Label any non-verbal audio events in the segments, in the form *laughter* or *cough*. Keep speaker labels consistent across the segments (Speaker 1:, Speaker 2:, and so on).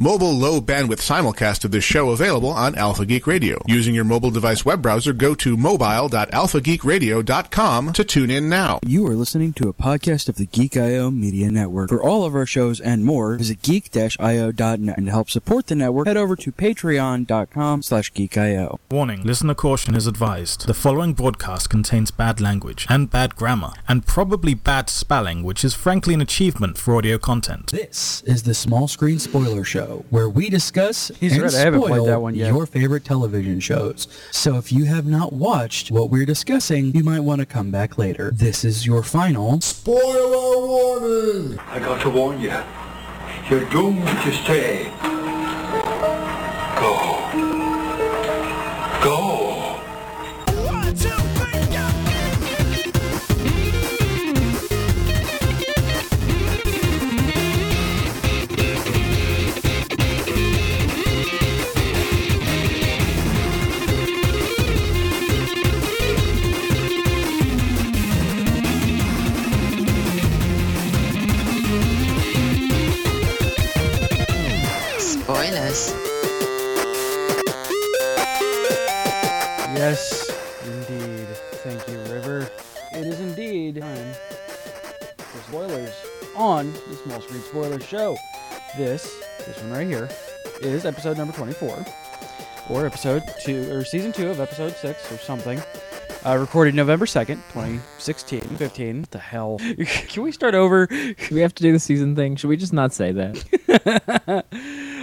Speaker 1: Mobile low bandwidth simulcast of this show available on Alpha Geek Radio. Using your mobile device web browser, go to mobile.alphageekradio.com to tune in now.
Speaker 2: You are listening to a podcast of the Geek IO Media Network. For all of our shows and more, visit geek-io.net. And to help support the network, head over to patreon.com slash geekio.
Speaker 3: Warning, listener caution is advised. The following broadcast contains bad language and bad grammar and probably bad spelling, which is frankly an achievement for audio content.
Speaker 4: This is the Small Screen Spoiler Show, where we discuss
Speaker 2: He's
Speaker 4: and
Speaker 2: right, I haven't
Speaker 4: spoil
Speaker 2: played that one yet.
Speaker 4: your favorite television shows. So if you have not watched what we're discussing, you might want to come back later. This is your final
Speaker 5: Spoiler warning! I got to warn you. You're doomed to stay. Go. Go.
Speaker 6: Spoilers.
Speaker 2: Yes, indeed. Thank you, River. It is indeed time for spoilers on the Small Screen Spoiler Show. This, this one right here, is episode number 24, or episode 2, or season 2 of episode 6 or something. Uh, recorded November 2nd, 2016, 15. What the hell? *laughs* Can we start over?
Speaker 7: Do we have to do the season thing? Should we just not say that?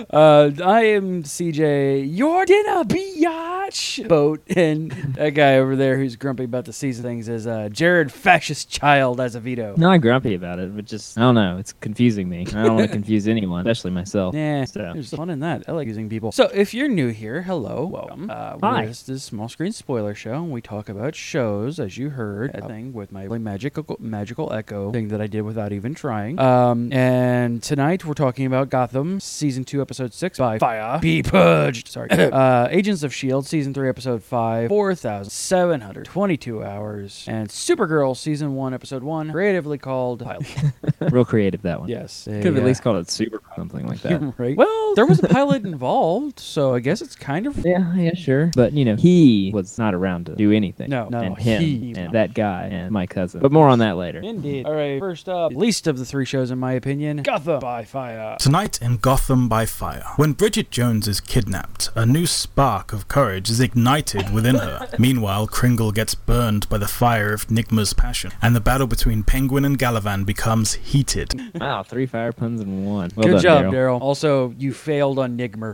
Speaker 2: Uh, I am CJ, your dinner biatch boat, and that guy over there who's grumpy about the season things is uh, Jared Fascist Child Azevedo.
Speaker 7: No, I'm grumpy about it, but just I don't know. It's confusing me. I *laughs* don't want to confuse anyone, especially myself.
Speaker 2: Nah,
Speaker 7: So. *laughs*
Speaker 2: there's fun in that. I like using people. So if you're new here, hello, welcome. Uh,
Speaker 7: Hi.
Speaker 2: we're- This is Small Screen Spoiler Show, and we talk about shows, as you heard. That thing with my magical magical echo thing that I did without even trying. Um, and tonight we're talking about Gotham season two, episode six by Fire Be Purged. *coughs* Sorry, uh, Agents of Shield season three, episode five, four thousand seven hundred twenty-two hours, and Supergirl season one, episode one, creatively called Pilot.
Speaker 7: Real creative that
Speaker 2: *laughs*
Speaker 7: one.
Speaker 2: yes,
Speaker 7: Could have at least called it super or something like *laughs* that.
Speaker 2: right? Well, there was a pilot involved, so I guess it's kind of
Speaker 7: Yeah, yeah, sure. But you know, he was not around to do anything.
Speaker 2: No, no,
Speaker 7: and him
Speaker 2: he-
Speaker 7: and that guy and my cousin. But more on that later.
Speaker 2: indeed. All right, first up, least of the three shows in my opinion, Gotham by Fire.
Speaker 3: Tonight in Gotham by Fire, when Bridget Jones is kidnapped, a new spark of courage is ignited within her. Meanwhile, Kringle gets burned by the fire of Nigma's passion, and the battle between Penguin and Gallivan becomes heated.
Speaker 7: Wow, three fire puns in one. Well
Speaker 2: Good
Speaker 7: done,
Speaker 2: job,
Speaker 7: Daryl.
Speaker 2: Daryl. Also, you failed on Nigmer.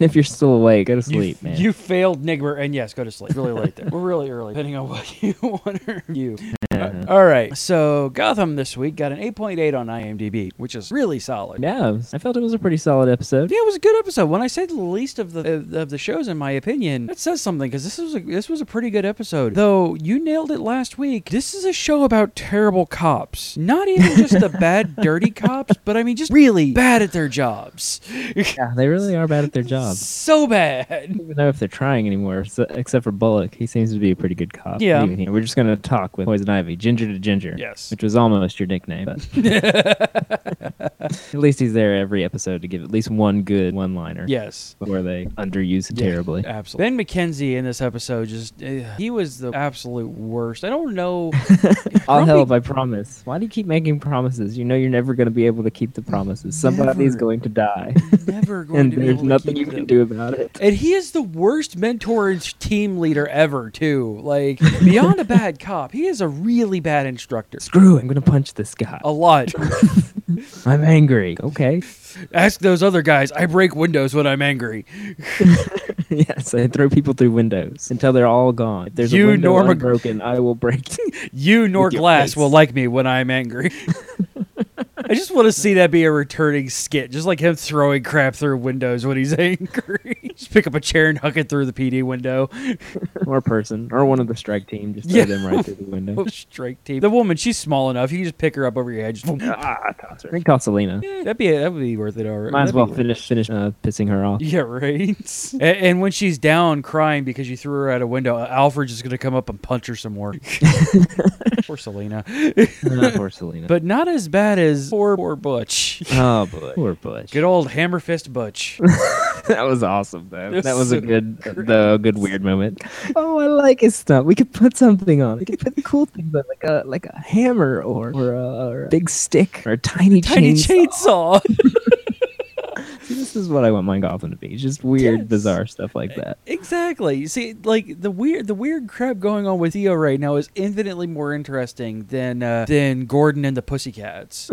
Speaker 7: if you're still awake, go to
Speaker 2: You-
Speaker 7: *laughs* sleep, man.
Speaker 2: You failed Nigmer, and yes, go to sleep. Really late there. We're really early, depending on what *laughs* you want to review.
Speaker 7: Uh-huh.
Speaker 2: All right, so Gotham this week got an 8.8 on IMDb, which is really solid.
Speaker 7: yeah, it was- I felt it was a pretty solid episode.
Speaker 2: Yeah, it was a good episode. When I say the least of the uh, of, of the shows, in my opinion, that says something because this was a, this was a pretty good episode. Though you nailed it last week. This is a show about terrible cops. Not even just
Speaker 7: *laughs*
Speaker 2: the bad, dirty cops, but I mean just really bad at their jobs.
Speaker 7: Yeah, they really are bad at their job.
Speaker 2: So bad.
Speaker 7: even know if they're trying anymore, so, except for Bullock. He seems to be a pretty good cop.
Speaker 2: Yeah.
Speaker 7: Leaving here. We're just going to talk with Poison Ivy, Ginger to Ginger.
Speaker 2: Yes.
Speaker 7: Which was almost your nickname, but.
Speaker 2: *laughs*
Speaker 7: at least he's there every episode to give at least one good one liner.
Speaker 2: Yes.
Speaker 7: Before they underuse it terribly.
Speaker 2: Absolutely. Ben McKenzie in this episode just eh, he was the absolute worst. I don't know.
Speaker 7: I'll
Speaker 2: Grumpy-
Speaker 7: help, I promise. Why do you keep making promises? You know you're never going to be able to keep the promises. Somebody's
Speaker 2: Never.
Speaker 7: going to die. *laughs*
Speaker 2: Never going
Speaker 7: and
Speaker 2: to be
Speaker 7: there's
Speaker 2: able to
Speaker 7: nothing
Speaker 2: keep
Speaker 7: you
Speaker 2: them.
Speaker 7: can do about it.
Speaker 2: *laughs* And he is the worst mentor and team leader ever, too. Like, beyond a bad cop, he is a really bad instructor.
Speaker 7: Screw it. I'm going to punch this guy.
Speaker 2: A lot.
Speaker 7: I'm angry. Okay.
Speaker 2: Ask those other guys. I break windows when I'm angry.
Speaker 7: *laughs* Yes, I throw people through windows until they're all gone. If there's
Speaker 2: You,
Speaker 7: a window
Speaker 2: Norma-
Speaker 7: unbroken, I
Speaker 2: *laughs*
Speaker 7: will break. *laughs* it.
Speaker 2: You nor
Speaker 7: With your
Speaker 2: glass
Speaker 7: face.
Speaker 2: will like me when I'm angry. I just want to see that be a returning skit, just like him throwing crap through windows when he's *laughs* angry. just pick up a chair and huck it through the PD window.
Speaker 7: or a person, or one of the strike team, just throw
Speaker 2: Yeah.
Speaker 7: them right through
Speaker 2: *laughs*
Speaker 7: the window.
Speaker 2: Strike team. The woman, she's small enough. You can just pick her up over your head. Just,
Speaker 7: ah, toss her. I think toss Selena.
Speaker 2: Eh, that'd be that would be worth it. All right.
Speaker 7: Mm. Might as
Speaker 2: That'd be
Speaker 7: well
Speaker 2: worth it.
Speaker 7: finish finish uh, pissing her off.
Speaker 2: *laughs*
Speaker 7: *laughs*
Speaker 2: Yeah, right. and, and when she's down crying because you threw her out a window, uh, Alfred's just going to come up and punch *laughs* her some more. Poor Selena.
Speaker 7: Uh, poor Selena.
Speaker 2: *laughs* But not as bad as poor, poor Butch.
Speaker 7: Oh boy, poor Butch.
Speaker 2: Good old hammer fist Butch.
Speaker 7: *laughs* that was awesome though.
Speaker 2: It
Speaker 7: that
Speaker 2: was
Speaker 7: was a
Speaker 2: so
Speaker 7: good,
Speaker 2: great.
Speaker 7: though, a good weird moment. Oh, I like his stuff. We could put something on. it. We could put cool things on, like a like a hammer or or a, or a big stick or a tiny
Speaker 2: Tiny
Speaker 7: chainsaw.
Speaker 2: chainsaw. *laughs*
Speaker 7: See, This is what I want my goblin to be. It's Just weird,
Speaker 2: Yes.
Speaker 7: bizarre stuff like that.
Speaker 2: Exactly. You See, like the weird, the weird crap going on with Theo right now is infinitely more interesting than uh, than Gordon and the Pussycats.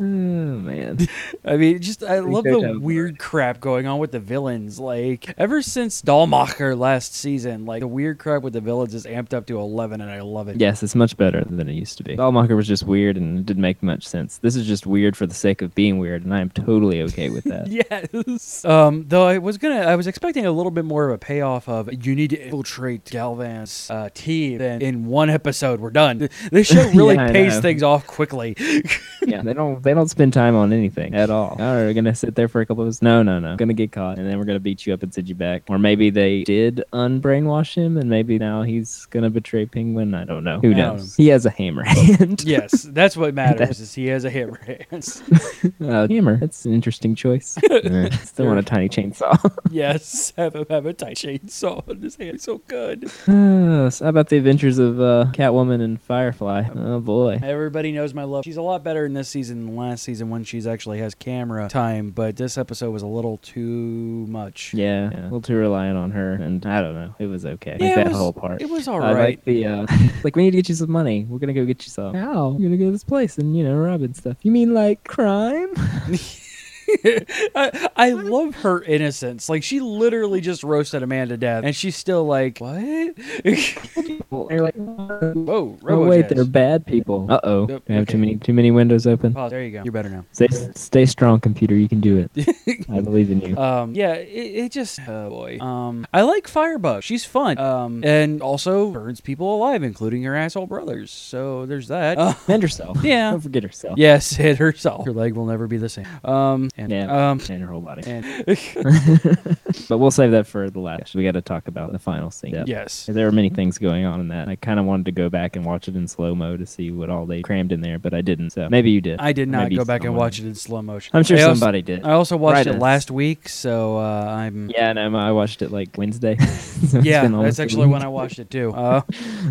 Speaker 7: Oh man.
Speaker 2: I mean, just I love
Speaker 7: they're
Speaker 2: the
Speaker 7: done for.
Speaker 2: weird crap going on with the villains. Like ever since Dahlmacher last season, like the weird crap with the villains is amped up to eleven, and I love it.
Speaker 7: Yes, it's much better than it used to be. Dollmacher was just weird and it didn't make much sense. This is just weird for the sake of being weird, and I am totally okay with *laughs* that.
Speaker 2: *laughs* Yes. Um, though I was gonna, I was expecting a little bit more of a payoff of you need to infiltrate Galvan's uh, team. Then in one episode, we're done. *laughs* Th- This show
Speaker 7: *laughs*
Speaker 2: really
Speaker 7: I
Speaker 2: pays
Speaker 7: know.
Speaker 2: things off
Speaker 7: *laughs*
Speaker 2: quickly.
Speaker 7: yeah, they don't they don't spend time on anything at all. Oh, we're gonna sit there for a couple of us. No, no, no. Gonna get caught, and then we're gonna beat you up and send you back. Or maybe they did unbrainwash him, and maybe now he's gonna betray Penguin. I don't know. Who
Speaker 2: I don't
Speaker 7: knows? He has a hammer *laughs* hand.
Speaker 2: yes, that's what
Speaker 7: *laughs*
Speaker 2: matters. is he has a *laughs* hammer hands.
Speaker 7: Uh, hammer. That's an interesting choice. *laughs* Eh, Still want a tiny chainsaw. *laughs*
Speaker 2: yes, *laughs* have him have a tight chainsaw on his hand. So good.
Speaker 7: Uh, so how about the adventures of uh, Catwoman and Firefly? Oh boy.
Speaker 2: Everybody knows my love. She's a lot better in this season than last season when she's actually has camera time. But this episode was a little too much.
Speaker 7: Yeah, yeah, a little too reliant on her, and I don't know. It was okay.
Speaker 2: Yeah,
Speaker 7: like
Speaker 2: it
Speaker 7: that
Speaker 2: was-
Speaker 7: whole part.
Speaker 2: it was all
Speaker 7: I
Speaker 2: right.
Speaker 7: like the *laughs* uh, like we need to get you some money. We're gonna go get you some. How? We're gonna go to this place and you know rob and stuff. You mean like crime?
Speaker 2: *laughs* I, I love her innocence. Like she literally just roasted a man to death, and she's still like, "What? *laughs*
Speaker 7: Well, they're like, oh
Speaker 2: Whoa,
Speaker 7: wait,
Speaker 2: Robojazz.
Speaker 7: they're bad people. Oh. Uh oh,
Speaker 2: Yep,
Speaker 7: I have
Speaker 2: okay.
Speaker 7: too many too many windows open.
Speaker 2: Pause. There you go. You're better now.
Speaker 7: Stay stay strong, computer. You can *laughs* do it. I believe in you.
Speaker 2: Um, yeah, it, it just oh boy. Um, I like Firebug. She's fun. Um, and also burns people alive, including her asshole brothers. So there's that.
Speaker 7: *laughs*
Speaker 2: Uh,
Speaker 7: Mend herself.
Speaker 2: yeah.
Speaker 7: Don't forget herself.
Speaker 2: yes, hit herself. Her leg will never be the same. Um, and
Speaker 7: Yeah,
Speaker 2: um,
Speaker 7: and her whole body.
Speaker 2: and
Speaker 7: But we'll save that for the last. We got to talk about the final scene.
Speaker 2: yes.
Speaker 7: There were many things going on in that. I kind of wanted to go back and watch it in slow mo to see what all they crammed in there, but I didn't. So maybe you did.
Speaker 2: I did
Speaker 7: Or
Speaker 2: not
Speaker 7: maybe
Speaker 2: go back and
Speaker 7: someone-
Speaker 2: watch it in slow motion.
Speaker 7: I'm sure
Speaker 2: I also- uh,
Speaker 7: somebody did.
Speaker 2: I also watched
Speaker 7: Write
Speaker 2: it
Speaker 7: us.
Speaker 2: last week, so uh, *laughs* I'm
Speaker 7: Yeah, no, I watched it like Wednesday. *laughs* So it's
Speaker 2: yeah,
Speaker 7: been almost
Speaker 2: that's
Speaker 7: a
Speaker 2: actually when
Speaker 7: week.
Speaker 2: I watched it
Speaker 7: *laughs*
Speaker 2: too. Uh,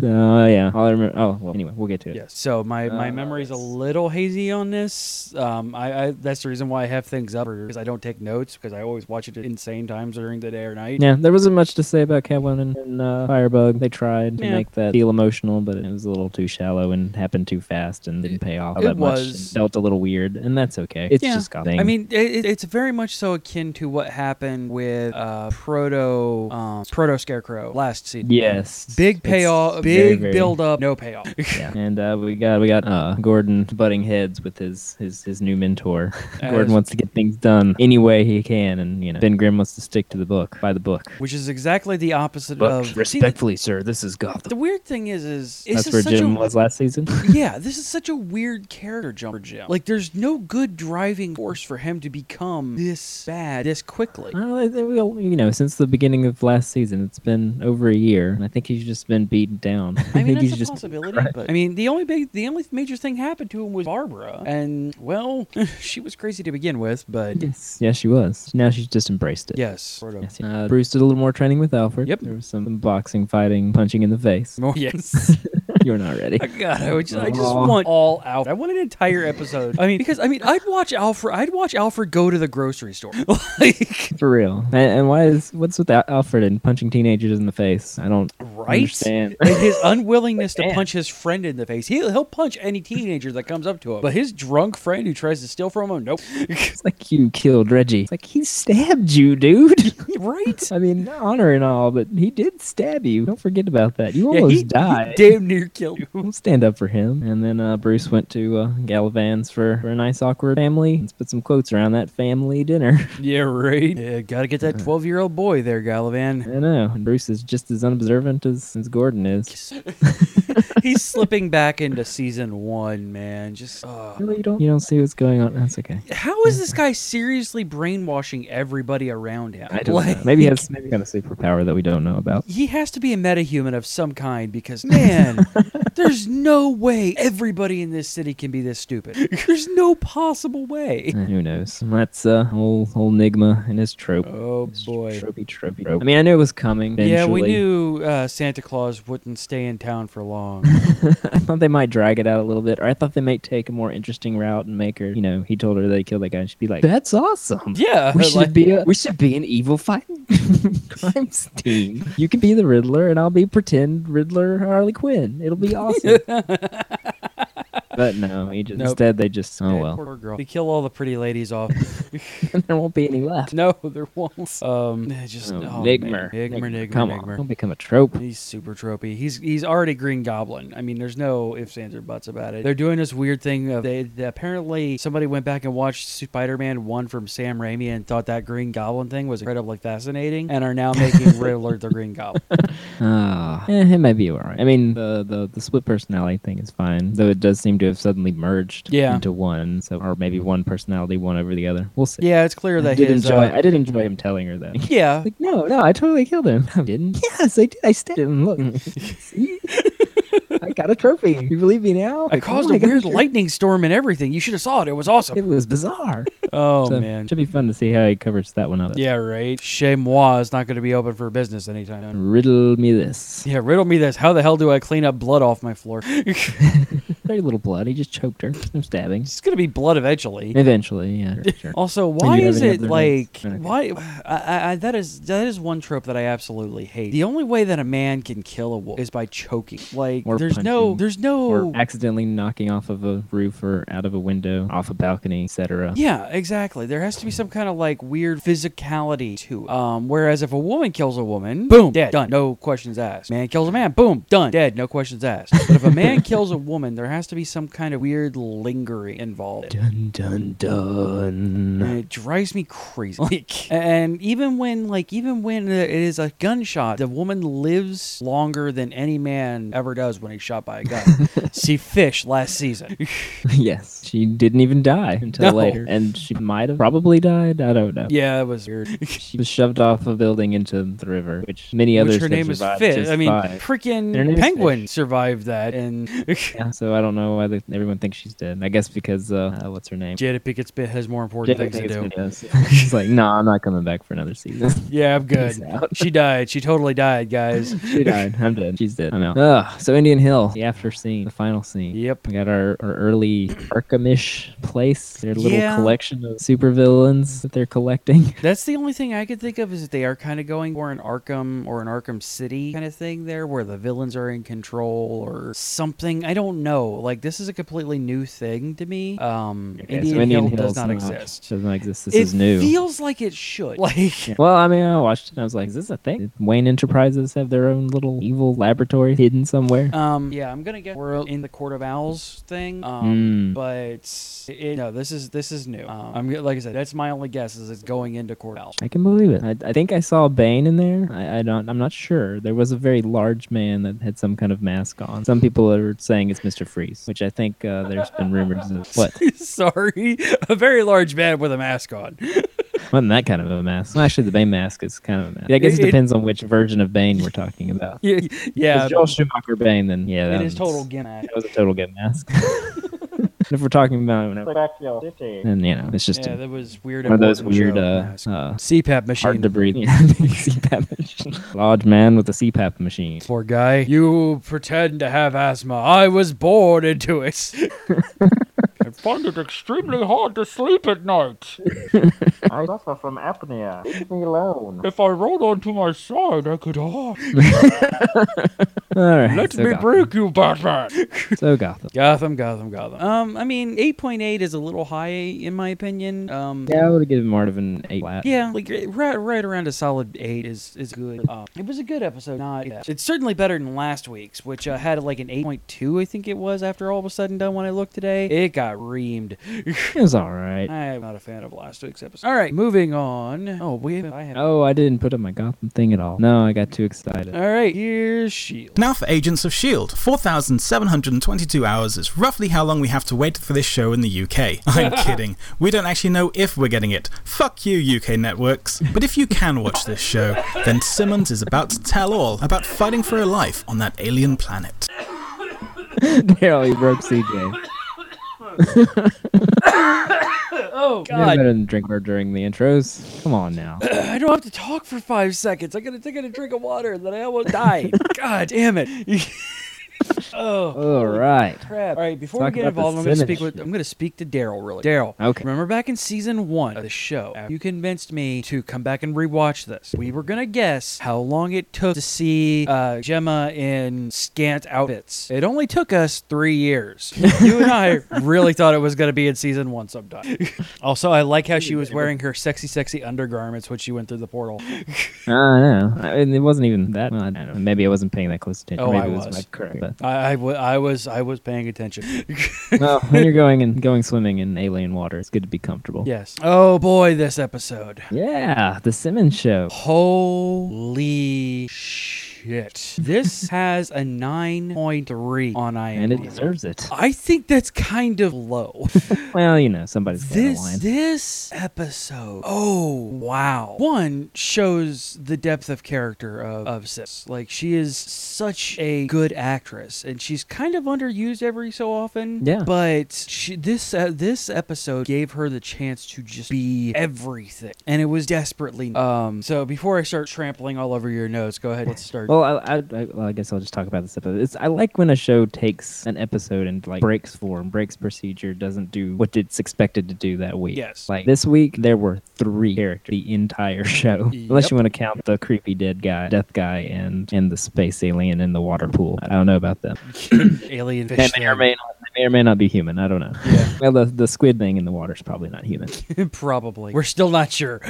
Speaker 7: Oh yeah, all I remember. Oh well, anyway, we'll get to it.
Speaker 2: yes. So my, my
Speaker 7: Uh,
Speaker 2: memory's a
Speaker 7: yes.
Speaker 2: little hazy on this. Um, I, I that's the reason why I have things up because I don't take notes because I always watch it at insane times during the day or night.
Speaker 7: Yeah, there wasn't much to say about Catwoman and uh, Firebug. They tried to
Speaker 2: Yeah.
Speaker 7: make that feel emotional, but it was a little too shallow and happened too fast and didn't pay off all
Speaker 2: It
Speaker 7: that much.
Speaker 2: was.
Speaker 7: It Felt a little weird, and that's okay. It's
Speaker 2: Yeah.
Speaker 7: just got
Speaker 2: I mean, it, it- it's very much so akin to what happened with uh, proto um, proto scarecrow last season.
Speaker 7: yes,
Speaker 2: Big
Speaker 7: It's
Speaker 2: payoff,
Speaker 7: very,
Speaker 2: big
Speaker 7: very-
Speaker 2: build up, no payoff. *laughs*
Speaker 7: Yeah. And uh, we got we got uh, Gordon butting heads with his his, his new *laughs* mentor.
Speaker 2: As-
Speaker 7: Gordon wants to get things done any way he can, and you know Ben Grimm wants to stick to the book, by the book.
Speaker 2: Which is exactly the opposite
Speaker 7: Book
Speaker 2: of See, the,
Speaker 7: respectfully, sir. This is
Speaker 2: the
Speaker 7: Gotham.
Speaker 2: weird thing is, is this
Speaker 7: That's
Speaker 2: is
Speaker 7: where
Speaker 2: such
Speaker 7: Jim
Speaker 2: a,
Speaker 7: was last season.
Speaker 2: *laughs* yeah, this is such a weird character jumper Jim. Like, there's no good driving force for him to become this bad this quickly.
Speaker 7: *laughs* Well, I think we'll- you know, since the beginning of last season, it's been over a year, and I think he's just been beaten *laughs* down.
Speaker 2: I mean,
Speaker 7: think he's
Speaker 2: that's a
Speaker 7: just
Speaker 2: possibility, but I mean, the only big, the only major thing happened to him was Barbara, and well, *laughs* she was crazy to begin with, but *laughs*
Speaker 7: yes, yeah, she was. Now she's just embraced it.
Speaker 2: yes, sort of.
Speaker 7: Yes, *laughs* yeah. Uh, Bruce did a little more training with Alfred.
Speaker 2: Yep.
Speaker 7: There was some boxing, fighting, punching in the face.
Speaker 2: More yes.
Speaker 7: *laughs* You're not *laughs* ready.
Speaker 2: God, I would just, I just
Speaker 7: Aw.
Speaker 2: want all Alfred. I want an entire episode. I mean, because I mean, I'd watch Alfred. I'd watch Alfred go to the grocery store. *laughs* like,
Speaker 7: For real. And, and why is what's with Al- Alfred and punching teenagers in the face? I don't
Speaker 2: Right?
Speaker 7: understand. *laughs*
Speaker 2: and *laughs* his unwillingness to
Speaker 7: Man.
Speaker 2: punch his friend in the face. He'll, he'll punch any teenager that comes up to him, but his drunk friend who tries to steal from him, nope.
Speaker 7: it's like you killed Reggie. It's like he stabbed you, dude.
Speaker 2: *laughs*
Speaker 7: *laughs*
Speaker 2: right?
Speaker 7: I mean, honor and all, but he did stab you. Don't forget about that. You almost
Speaker 2: he,
Speaker 7: died.
Speaker 2: he damn near killed you.
Speaker 7: We'll stand up for him. And then uh, Bruce went to uh, Galavan's for, for a nice, awkward family. Let's put some quotes around that family dinner. *laughs*
Speaker 2: Yeah, right. Yeah, gotta get that 12 year old *laughs* boy there, Gallivan.
Speaker 7: I know. And Bruce is just as unobservant as, as Gordon is.
Speaker 2: he's slipping back into season one, man. Just uh,
Speaker 7: No, you don't. You don't see what's going on. That's okay.
Speaker 2: how is this guy seriously brainwashing everybody around him?
Speaker 7: I don't know.
Speaker 2: Like,
Speaker 7: Maybe he has maybe kind of superpower that we don't know about.
Speaker 2: He has to be a metahuman of some kind because
Speaker 7: *laughs*
Speaker 2: man, there's no way everybody in this city can be this stupid. There's no possible way.
Speaker 7: Eh, Who knows? That's uh, whole whole Nigma and his trope.
Speaker 2: Oh
Speaker 7: His
Speaker 2: boy.
Speaker 7: Tropey, tropey, trope. I mean, I knew it was coming.
Speaker 2: Yeah, we
Speaker 7: eventually.
Speaker 2: knew uh, Santa Claus wouldn't stay in town for long.
Speaker 7: *laughs* I thought they might drag it out a little bit, or I thought they might take a more interesting route and make her. You know, he told her they killed that guy, and she'd be like, "That's awesome.
Speaker 2: Yeah,
Speaker 7: we should
Speaker 2: like-
Speaker 7: be a, we should be an evil *laughs* fighting crimes team. You can be the Riddler, and I'll be pretend Riddler Harley Quinn. It'll be *laughs* awesome." but no, he just,
Speaker 2: Nope.
Speaker 7: instead they just oh
Speaker 2: Yeah,
Speaker 7: well,
Speaker 2: poor girl. They kill all the pretty ladies off.
Speaker 7: *laughs*
Speaker 2: *laughs*
Speaker 7: there won't be any left.
Speaker 2: no, there won't.
Speaker 7: *laughs*
Speaker 2: Um, eh, just
Speaker 7: Oh,
Speaker 2: oh,
Speaker 7: Nigmer.
Speaker 2: man. Nigmer, Nigmer,
Speaker 7: Come on.
Speaker 2: Nigmer.
Speaker 7: Don't become a trope.
Speaker 2: He's super tropey. He's he's already Green Goblin. I mean, there's no ifs ands or buts about it. They're doing this weird thing. Of they, they- apparently somebody went back and watched Spider-Man one from Sam Raimi and thought that Green Goblin thing was incredibly fascinating, and are now making Riddler the Green
Speaker 7: *laughs*
Speaker 2: Goblin.
Speaker 7: Ah, eh, it might be alright. I mean, the, the the split personality thing is fine, though it does seem to have suddenly merged
Speaker 2: Yeah.
Speaker 7: into one. So, or maybe one personality won over the other. We'll see.
Speaker 2: Yeah, it's clear
Speaker 7: I
Speaker 2: that
Speaker 7: did
Speaker 2: his.
Speaker 7: enjoy.
Speaker 2: uh,
Speaker 7: I did enjoy him telling her that.
Speaker 2: yeah,
Speaker 7: Like, *laughs* no, no, I totally killed him. I *laughs* didn't. Yes, I did. I stabbed him. *laughs* Look, see, I got a trophy. You believe me now?
Speaker 2: I
Speaker 7: Like,
Speaker 2: caused
Speaker 7: oh
Speaker 2: a
Speaker 7: my
Speaker 2: weird
Speaker 7: gosh,
Speaker 2: lightning storm and everything. You should have saw it. It was
Speaker 7: It *laughs*
Speaker 2: awesome.
Speaker 7: was bizarre.
Speaker 2: Oh
Speaker 7: So,
Speaker 2: man.
Speaker 7: should be fun to see how he covers that one up.
Speaker 2: Yeah, right. Chez moi is not going to be open for business anytime soon.
Speaker 7: Riddle me this.
Speaker 2: Yeah, riddle me this. How the hell do I clean up blood off my floor? *laughs* it's
Speaker 7: Very little blood. He just choked her. No stabbing. *laughs*
Speaker 2: going to be blood eventually.
Speaker 7: Eventually, yeah. *laughs* sure.
Speaker 2: Also,
Speaker 7: you
Speaker 2: why
Speaker 7: have
Speaker 2: is
Speaker 7: any
Speaker 2: it
Speaker 7: other
Speaker 2: like
Speaker 7: notes?
Speaker 2: why I, I, I, that is that is one trope that I absolutely hate. The only way that a man can kill a wolf is by choking. Like
Speaker 7: Or
Speaker 2: there's no
Speaker 7: punching.
Speaker 2: there's no
Speaker 7: or accidentally knocking off of a roof or out of a window, off a balcony, etc.
Speaker 2: yeah, exactly. There has to be some kind of like weird physicality to it. Um, whereas if a woman kills a woman, boom, dead, done, no questions asked. Man kills a man, boom, done, dead, no questions asked. But if a
Speaker 7: *laughs*
Speaker 2: man kills a woman, there has to be some kind of weird lingering involved.
Speaker 7: Dun dun dun.
Speaker 2: and it drives me crazy. Like, and even when, like, even when it is a gunshot, the woman lives longer than any man ever does when he's shot by a
Speaker 7: *laughs*
Speaker 2: gun. See Fish last season.
Speaker 7: *laughs*
Speaker 2: *laughs*
Speaker 7: yes, she didn't even die until
Speaker 2: No.
Speaker 7: later, and she might have probably died. I don't know.
Speaker 2: yeah, it was weird. Which
Speaker 7: She was shoved off a building into the river, which many others
Speaker 2: her
Speaker 7: have
Speaker 2: name is
Speaker 7: survived
Speaker 2: Fish.
Speaker 7: just
Speaker 2: I mean,
Speaker 7: by. Their name
Speaker 2: freaking
Speaker 7: is
Speaker 2: Penguin
Speaker 7: Fish.
Speaker 2: survived that, and *laughs*
Speaker 7: Yeah, so I don't know why they, everyone thinks she's dead. I guess because uh, uh, what's her name?
Speaker 2: Jada Pickett's bit has more important
Speaker 7: Jada
Speaker 2: things to do.
Speaker 7: Pinkett Smith. She's like, no, I'm not coming back for
Speaker 2: *laughs*
Speaker 7: another season.
Speaker 2: Yeah, I'm
Speaker 7: Peace
Speaker 2: good.
Speaker 7: out.
Speaker 2: She died. She totally died, guys.
Speaker 7: she died. *laughs* I'm dead. She's dead. I'm out. Ugh, so Indian Hill, the after scene, the final scene.
Speaker 2: Yep.
Speaker 7: We got our, our early Arkhamish place, their little
Speaker 2: Yeah.
Speaker 7: collection of supervillains that they're collecting.
Speaker 2: That's the only thing I could think of is that they are kind of going for an Arkham or an Arkham City kind of thing there, where the villains are in control or something. I don't know. Like this is a completely new thing to me. Um,
Speaker 7: Okay, so
Speaker 2: *laughs* Indian, Hill does
Speaker 7: Hill's
Speaker 2: not, exist.
Speaker 7: Does not exist. This
Speaker 2: It
Speaker 7: is new.
Speaker 2: feels like it should. *laughs* Like
Speaker 7: Yeah. Well, I mean, I watched it and I was like, is this a thing? Did Wayne Enterprises have their own little evil laboratory hidden somewhere?
Speaker 2: Um, yeah, I'm gonna get we're in the Court of Owls thing. Um,
Speaker 7: Mm.
Speaker 2: but it, no, this is this is new. Um, I'm g- like I said, that's my only guess is it's going into Court of Owls. *laughs*
Speaker 7: I can believe it. I, I think I saw Bane in there. I, I don't. I'm not sure. There was a very large man that had some kind of mask on. Some people are saying it's Mister Freeze, which I think uh, there's been rumors of.
Speaker 2: *laughs*
Speaker 7: What?
Speaker 2: Sorry, a very large man with a mask on.
Speaker 7: Wasn't that kind of a mask? Well, actually, the Bane mask is kind of a mask. I guess
Speaker 2: It-
Speaker 7: it depends on which version of Bane we're talking about.
Speaker 2: Yeah,
Speaker 7: Yeah,
Speaker 2: yeah.
Speaker 7: Joel Schumacher Bane. Then yeah,
Speaker 2: It
Speaker 7: that
Speaker 2: is
Speaker 7: one's-
Speaker 2: total gimmick.
Speaker 7: That was a total good mask. *laughs* And if we're talking about, then you know, it's just
Speaker 2: Yeah,
Speaker 7: a-
Speaker 2: that was weird.
Speaker 7: one of those
Speaker 2: Morgan
Speaker 7: weird
Speaker 2: Joe
Speaker 7: uh,
Speaker 2: mask.
Speaker 7: uh,
Speaker 2: CPAP machine.
Speaker 7: hard to breathe *laughs* CPAP machine. Large man with a CPAP machine.
Speaker 2: Poor guy. You pretend to have asthma. I was born into *laughs* it.
Speaker 6: I find it extremely hard to sleep at night.
Speaker 8: *laughs* I suffer from apnea. Leave me alone.
Speaker 6: If I rolled onto my side, I could. Oh,
Speaker 7: All right,
Speaker 6: let
Speaker 7: so
Speaker 6: me
Speaker 7: Gotham.
Speaker 6: break you, Batman!
Speaker 7: So Gotham.
Speaker 2: Gotham, Gotham, Gotham. Um, I mean, 8.8 is a little high in my opinion. Um,
Speaker 7: Yeah, I would give him more of an eight flat.
Speaker 2: Yeah, like eh, right, right around a solid eight is is good. Um, it was a good episode. Not it's certainly better than last week's, which uh, had like an eight point two, I think it was. After all was said and done, when I looked today, it got screamed.
Speaker 7: It was all right.
Speaker 2: I'm not a fan of last week's episode. All right, moving on. Oh, we I have.
Speaker 7: Oh, I didn't put up my Gotham thing at all. No, I got too
Speaker 2: *laughs*
Speaker 7: excited.
Speaker 2: *laughs* All right, here's Shield.
Speaker 3: Now for Agents of S.H.I.E.L.D. 4,722 hours is roughly how long we have to wait for this show in the UK. *laughs* I'm kidding. We don't actually know if we're getting it. Fuck you, UK networks. But if you can watch this show, then Simmons is about to tell all about fighting for her life on that alien planet.
Speaker 7: Daryl, you
Speaker 2: *laughs*
Speaker 7: broke CJ.
Speaker 2: Oh
Speaker 7: You're better
Speaker 2: God,
Speaker 7: than drinker during the intros. Come on now.
Speaker 2: *sighs* I don't have to talk for five seconds. I gotta take a drink of water, and then I almost died. *laughs* God damn it. *laughs* oh.
Speaker 7: All right.
Speaker 2: crap. All right, before
Speaker 7: Talk
Speaker 2: we get
Speaker 7: about
Speaker 2: involved,
Speaker 7: the
Speaker 2: I'm going to
Speaker 7: Simmons
Speaker 2: speak with
Speaker 7: shit.
Speaker 2: I'm going to speak to Daryl really. Daryl,
Speaker 7: Okay.
Speaker 2: Remember back in season one of the show, you convinced me to come back and rewatch this. We were going to guess how long it took to see uh, Gemma in scant outfits. It only took us three years. *laughs* you and I really thought it was going to be in season one
Speaker 7: *laughs*
Speaker 2: sometime. also, I like how she was wearing her sexy, sexy undergarments when she went through the portal.
Speaker 7: I don't know. I mean, it wasn't even that. Well, I don't know. Maybe I wasn't paying that close attention.
Speaker 2: Oh,
Speaker 7: Maybe
Speaker 2: I
Speaker 7: it was,
Speaker 2: was.
Speaker 7: my current. But,
Speaker 2: I, I, w- I was I was paying attention.
Speaker 7: *laughs* well, when you're going and going swimming in alien water, it's good to be comfortable.
Speaker 2: yes. Oh boy, this episode.
Speaker 7: Yeah, the Simmons show.
Speaker 2: Holy shit. This *laughs* has a 9.3 on
Speaker 7: And it
Speaker 2: IMDb.
Speaker 7: deserves it.
Speaker 2: I think that's kind of low.
Speaker 7: Well, you know, somebody's got a
Speaker 2: this
Speaker 7: line.
Speaker 2: this episode. Oh, wow. One shows the depth of character of of Sis. Like she is such a good actress and she's kind of underused every so often.
Speaker 7: Yeah.
Speaker 2: But she, this uh, this episode gave her the chance to just be everything and it was desperately um so before I start trampling all over your notes, go ahead. Let's start.
Speaker 7: Well, I, I, I, well, I guess I'll just talk about this episode. It's, I like when a show takes an episode and like breaks form, breaks procedure, doesn't do what it's expected to do that week.
Speaker 2: Yes.
Speaker 7: Like this week, there were three characters the entire *laughs* show, unless you want to count the creepy dead guy, death guy, and and the space alien in the water pool. I don't know about them.
Speaker 2: Alien fish.
Speaker 7: They may or may not. They may or may not be human. I don't know.
Speaker 2: Yeah.
Speaker 7: *laughs* Well, the, the squid thing in the water is probably not human.
Speaker 2: *laughs* Probably. We're still not sure.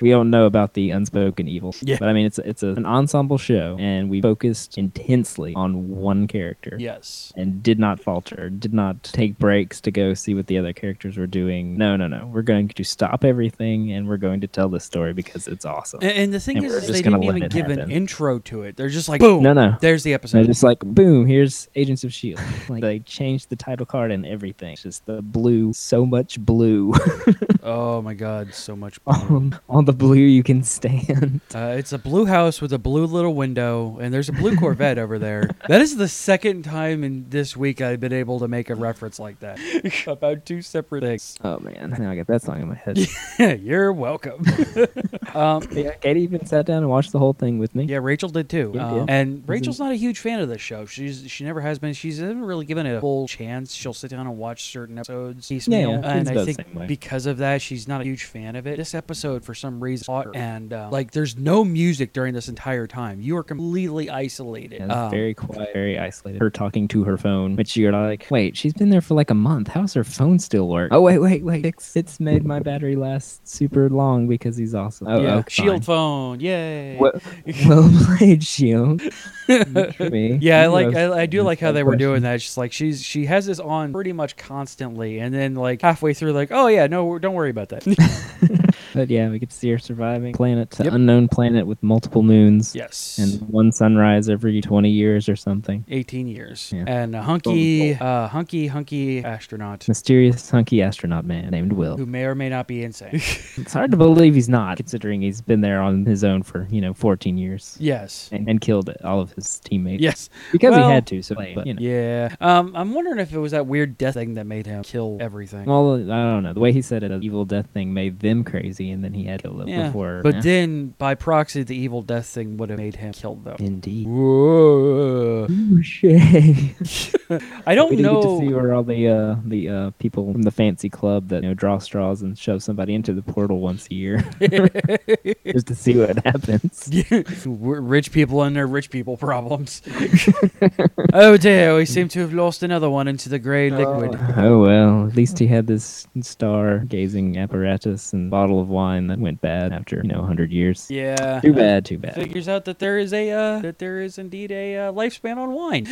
Speaker 7: we don't know about the unspoken evil.
Speaker 2: Yeah.
Speaker 7: But I mean, it's it's a, an ensemble show, and we focused intensely on one character.
Speaker 2: yes.
Speaker 7: And did not falter, did not take breaks to go see what the other characters were doing. No, no, no. We're going to stop everything and we're going to tell this story because it's awesome.
Speaker 2: And, and the thing
Speaker 7: And
Speaker 2: is,
Speaker 7: we're
Speaker 2: is
Speaker 7: just
Speaker 2: they
Speaker 7: gonna
Speaker 2: didn't
Speaker 7: let
Speaker 2: even
Speaker 7: it
Speaker 2: give an
Speaker 7: happen.
Speaker 2: intro to it. They're just like, boom.
Speaker 7: No, no.
Speaker 2: There's the
Speaker 7: They're
Speaker 2: episode.
Speaker 7: just like, boom, here's Agents of S.H.I.E.L.D. E *laughs* Like, they changed the title card and everything. It's just the blue, so much blue.
Speaker 2: *laughs*
Speaker 7: *laughs*
Speaker 2: oh my god, so much. blue.
Speaker 7: on, on the blue you can stand. *laughs*
Speaker 2: Uh, it's a blue house with a blue little window, and there's a blue Corvette over there. That is the second time in this week I've been able to make a reference like that *laughs* about two separate things.
Speaker 7: Oh, man. Now I got that song in my
Speaker 2: *laughs*
Speaker 7: head.
Speaker 2: You're welcome. *laughs* um,
Speaker 7: Yeah, Katie even sat down and watched the whole thing with me.
Speaker 2: yeah, Rachel did too.
Speaker 7: Yeah, Mm-hmm.
Speaker 2: Um,
Speaker 7: yeah.
Speaker 2: and Rachel's not a huge fan of this show. She's she never has been. She's hasn't really given it a full chance. She'll sit down and watch certain episodes piecemeal,
Speaker 7: yeah,
Speaker 2: and
Speaker 7: it's
Speaker 2: I
Speaker 7: about the
Speaker 2: think
Speaker 7: same way.
Speaker 2: because of that, she's not a huge fan of it. This episode, for some reason, caught her. and uh, like there's no music during this entire time. You are completely isolated.
Speaker 7: Yeah, it's
Speaker 2: Um,
Speaker 7: very quiet, very isolated. Her talking to her phone, which you're like, wait, she's been there for like a month. How's her phone still work? Oh wait, wait, wait. It's, it's made my battery last super long because he's awesome. Oh,
Speaker 2: yeah.
Speaker 7: oh,
Speaker 2: shield
Speaker 7: fine.
Speaker 2: phone, yay!
Speaker 7: Well, *laughs* well played, Shield. You for me.
Speaker 2: *laughs* Yeah, I
Speaker 7: You
Speaker 2: like
Speaker 7: know,
Speaker 2: I, I do like how they were doing
Speaker 7: question.
Speaker 2: that. It's Just like she's she has this on pretty much constantly, and then like halfway through, like oh yeah, no, don't worry
Speaker 7: *laughs*
Speaker 2: about that.
Speaker 7: But yeah, we get to see her surviving planet, to
Speaker 2: Yep.
Speaker 7: unknown planet with multiple moons,
Speaker 2: yes,
Speaker 7: and one sunrise every 20 years or something.
Speaker 2: 18 years,
Speaker 7: Yeah.
Speaker 2: and a hunky, uh, hunky, hunky astronaut
Speaker 7: *laughs* Mysterious hunky astronaut man named Will.
Speaker 2: who may or may not be
Speaker 7: *laughs*
Speaker 2: insane.
Speaker 7: It's hard to believe he's not, considering he's been there on his own for you know 14 years.
Speaker 2: yes.
Speaker 7: and, and killed all of his teammates.
Speaker 2: Yes.
Speaker 7: because
Speaker 2: Well,
Speaker 7: he had to. So, but, you know.
Speaker 2: Yeah. Um, I'm wondering if it was that weird death thing that made him kill everything.
Speaker 7: Well, I don't know. The way he said it, the evil death thing made them crazy, and then he had to live
Speaker 2: yeah.
Speaker 7: before.
Speaker 2: but
Speaker 7: yeah.
Speaker 2: then, by proxy, the evil death thing would have made him kill them.
Speaker 7: indeed,
Speaker 2: Whoa.
Speaker 7: Touché.
Speaker 2: I *laughs*
Speaker 7: Oh, we
Speaker 2: don't
Speaker 7: didn't get to see
Speaker 2: know.
Speaker 7: where all the uh, the uh, people from the fancy club that you know draw straws and shove somebody into the portal once
Speaker 2: *laughs*
Speaker 7: a year, just to see what happens.
Speaker 2: We're rich people and their rich people
Speaker 7: *laughs*
Speaker 2: problems. oh dear, we seem to have lost another one into the grey liquid.
Speaker 7: Oh well, at least he had this star gazing apparatus and bottle of wine that went bad after you know hundred years.
Speaker 2: Yeah.
Speaker 7: Too bad, too
Speaker 2: *laughs*
Speaker 7: bad.
Speaker 2: figures out that there is a uh, that there is indeed a uh, lifespan on wine.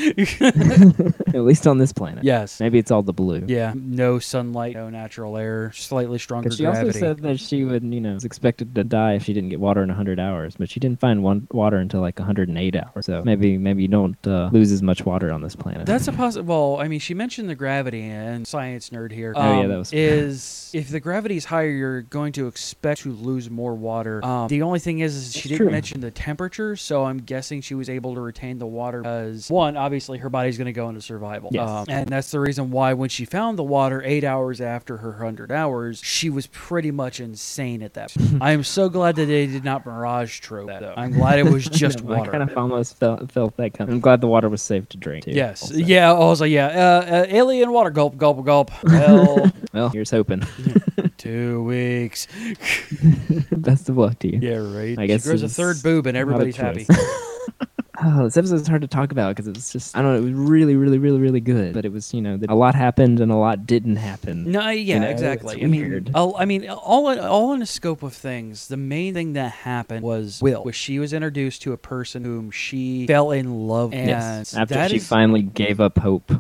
Speaker 7: At least on this planet.
Speaker 2: Yes.
Speaker 7: Maybe it's all the blue.
Speaker 2: Yeah. No sunlight, no natural air, slightly stronger
Speaker 7: But she
Speaker 2: gravity.
Speaker 7: also said that she would, you know, was expected to die if she didn't get water in 100 hours, but she didn't find one water until like 108 hours. So maybe, maybe you don't uh, lose as much water on this planet.
Speaker 2: That's a possible. Well, I mean, she mentioned the gravity, and science nerd here
Speaker 7: Oh, yeah,
Speaker 2: um,
Speaker 7: that was-
Speaker 2: is if the gravity is higher, you're going to expect to lose more water. Um, the only thing is, is she didn't
Speaker 7: true.
Speaker 2: mention the temperature, so I'm guessing she was able to retain the water because one, obviously, her body's going to go into survival,
Speaker 7: Yes.
Speaker 2: um, and that's the reason why when she found the water eight hours after her hundred hours, she was pretty much insane at
Speaker 7: *laughs*
Speaker 2: that. point. I am so glad that they did not mirage trope that. Though. I'm glad it
Speaker 7: *laughs*
Speaker 2: was just
Speaker 7: No,
Speaker 2: water.
Speaker 7: I kind of almost felt, felt that coming. I'm glad the water was safe to drink. Too,
Speaker 2: Yes.
Speaker 7: also.
Speaker 2: Yeah. Also, yeah. Uh, uh, alien water gulp, gulp,
Speaker 7: *laughs*
Speaker 2: gulp. Well,
Speaker 7: Well, here's hoping. *laughs*
Speaker 2: two weeks.
Speaker 7: Best of luck to you.
Speaker 2: Yeah, right.
Speaker 7: I
Speaker 2: she
Speaker 7: guess
Speaker 2: grows a
Speaker 7: it's
Speaker 2: third boob and
Speaker 7: not a
Speaker 2: everybody's happy.
Speaker 7: *laughs* Oh, this episode's hard to talk about because it's just I don't know. It was really, really, really, really good, but it was you know that a lot happened and a lot didn't happen.
Speaker 2: No, yeah,
Speaker 7: You know,
Speaker 2: exactly.
Speaker 7: it's
Speaker 2: I mean,
Speaker 7: weird.
Speaker 2: I'll- I mean, all in, all in the scope of things, the main thing that happened was Will, was she was introduced to a person whom she fell in love and
Speaker 7: yes. After
Speaker 2: that
Speaker 7: she
Speaker 2: is-
Speaker 7: finally gave up hope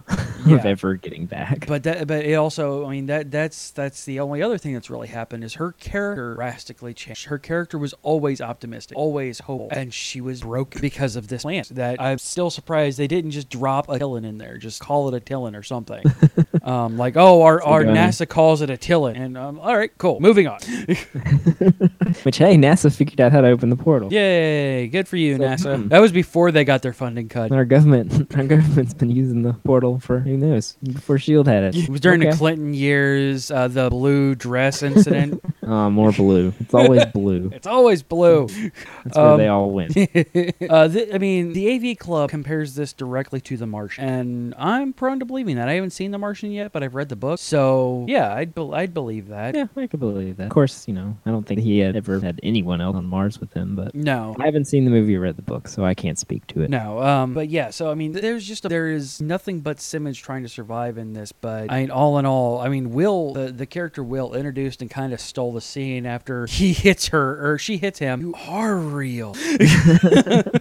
Speaker 2: Yeah.
Speaker 7: of ever getting back.
Speaker 2: But that, but it also, I mean, that that's that's the only other thing that's really happened is her character drastically changed. Her character was always optimistic, always hopeful, and she was broke because of this plant. That I'm still surprised they didn't just drop a tillin in there, just call it a tillin or something. um, like, oh, our, our
Speaker 7: gonna-
Speaker 2: NASA calls it a tillin, and um, all right, cool, moving on.
Speaker 7: Which hey, NASA figured out how to open the portal.
Speaker 2: Yay, good for you, NASA. That was before they got their funding cut.
Speaker 7: *laughs* Our government, *laughs* our government's been using the portal for who knows before Shield E had it.
Speaker 2: It was during the
Speaker 7: Okay.
Speaker 2: Clinton years, uh, the blue dress incident.
Speaker 7: Aw, Uh, more blue. It's always
Speaker 2: *laughs*
Speaker 7: blue.
Speaker 2: it's always blue.
Speaker 7: That's where
Speaker 2: Um,
Speaker 7: they all
Speaker 2: *laughs*
Speaker 7: went.
Speaker 2: uh, th- I mean, the AV Club compares this directly to The Martian, and I'm prone to believing that. I haven't seen The Martian yet, but I've read the book, so yeah, I'd bel I'd believe that.
Speaker 7: *laughs* Yeah, *laughs* I could believe that. Of course, you know, I don't think he had ever had anyone else on Mars with him, but
Speaker 2: No.
Speaker 7: I haven't seen the movie or read the book, so I can't speak to it.
Speaker 2: No, um, but yeah. So I mean, there's just there is nothing but Simmons trying to survive in this. But I mean, all in all, I mean, Will the, the character Will introduced and kind of stole the scene after he *laughs* hits her or she hits him. You are real.
Speaker 7: Yeah,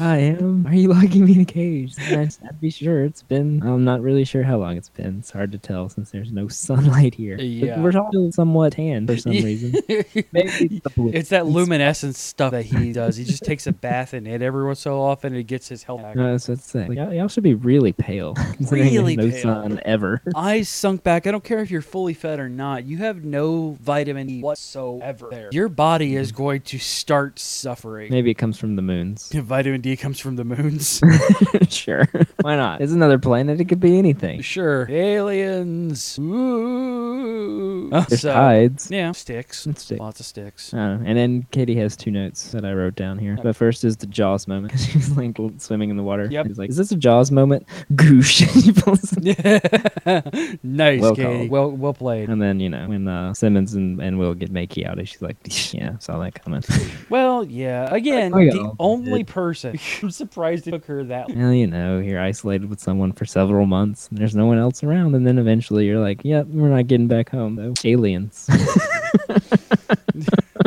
Speaker 7: I am. Why are you locking me in a cage? *laughs* And I just had to be sure. It's been, I'm not really sure how long it's been. It's hard to tell since there's no *laughs* sunlight here. But
Speaker 2: Yeah.
Speaker 7: We're all still somewhat tan
Speaker 2: *laughs*
Speaker 7: for some
Speaker 2: Yeah.
Speaker 7: reason. Maybe it's the blue.
Speaker 2: It's that luminescent stuff that he does. He just takes a bath in it every once so often. and It gets his health back.
Speaker 7: No, Uh, that's what I'd say. Like, y'all, y'all should be really *laughs* pale. considering there's
Speaker 2: Really
Speaker 7: no
Speaker 2: pale.
Speaker 7: sun ever.
Speaker 2: eyes sunk back. I don't care if you're fully fed or not. You have no vitamin D whatsoever. There. Your body is going to start suffering.
Speaker 7: *laughs* Maybe it comes from the moons.
Speaker 2: Vitamin D comes from the moons.
Speaker 7: *laughs* sure. *laughs* Why not? It's another planet. It could
Speaker 2: *laughs*
Speaker 7: be
Speaker 2: *laughs*
Speaker 7: anything.
Speaker 2: sure. Aliens. Ooh.
Speaker 7: There's
Speaker 2: So- *laughs*
Speaker 7: tides.
Speaker 2: Yeah. Sticks.
Speaker 7: It's sticks.
Speaker 2: Lots of sticks.
Speaker 7: I don't know. And then Katie has two notes that I wrote down here. The first is the Jaws moment. *laughs* she was like swimming in the water.
Speaker 2: Yep.
Speaker 7: She's like, is this a Jaws moment? *laughs* Goosh. She falls in-
Speaker 2: nice,
Speaker 7: Well
Speaker 2: Katie.
Speaker 7: called.
Speaker 2: Well, well played.
Speaker 7: and then, you know, when uh, Simmons and, and Will get makey out, she's like, yeah, saw that coming. *laughs*
Speaker 2: Well, yeah. Again,
Speaker 7: Oh, yeah.
Speaker 2: the only person. I'm surprised it took her that long.
Speaker 7: well, you know, you're isolated with someone for several months and there's no one else around. And then eventually you're like, yep, we're not getting back home, though.
Speaker 2: *laughs*
Speaker 7: Aliens.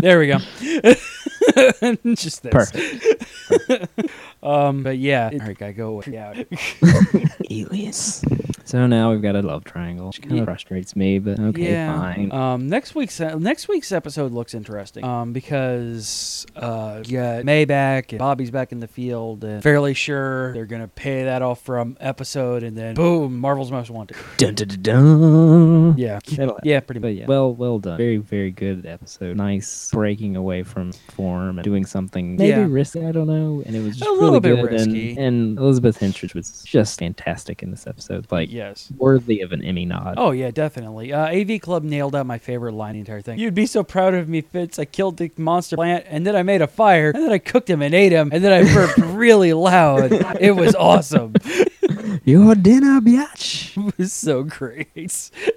Speaker 2: There we go. *laughs* Just this.
Speaker 7: Perfect.
Speaker 2: Um, but yeah. All right, guy, go away. Yeah.
Speaker 7: Aliens. So now we've got a love triangle, which kind of
Speaker 2: Yeah.
Speaker 7: frustrates me, but okay, fine.
Speaker 2: Um, next week's next week's episode looks interesting. Um, because uh, yeah, May back and Bobby's back in the field, and fairly sure they're gonna pay that off from episode, and then boom, Marvel's Most
Speaker 7: *laughs*
Speaker 2: Wanted.
Speaker 7: dun, dun, dun, dun.
Speaker 2: Yeah,
Speaker 7: That'll-
Speaker 2: yeah, pretty
Speaker 7: But
Speaker 2: much.
Speaker 7: yeah, well, well done. Very, very good episode. Nice breaking away from form and doing something maybe
Speaker 2: Yeah.
Speaker 7: risky. I don't know. And it was just
Speaker 2: little
Speaker 7: really
Speaker 2: bit
Speaker 7: good. and-
Speaker 2: risky.
Speaker 7: And, Elizabeth Hentridge was just fantastic in this episode. Like
Speaker 2: Yes.
Speaker 7: worthy of an Emmy nod.
Speaker 2: Oh yeah, definitely. Uh, AV Club nailed out my favorite line in the entire thing. You'd be so proud of me, Fitz. I killed the monster plant, and then I made a fire, and then I cooked him and ate him, and then I
Speaker 7: *laughs*
Speaker 2: burped really loud. It was awesome.
Speaker 7: Your dinner, biatch.
Speaker 2: *laughs* was so great.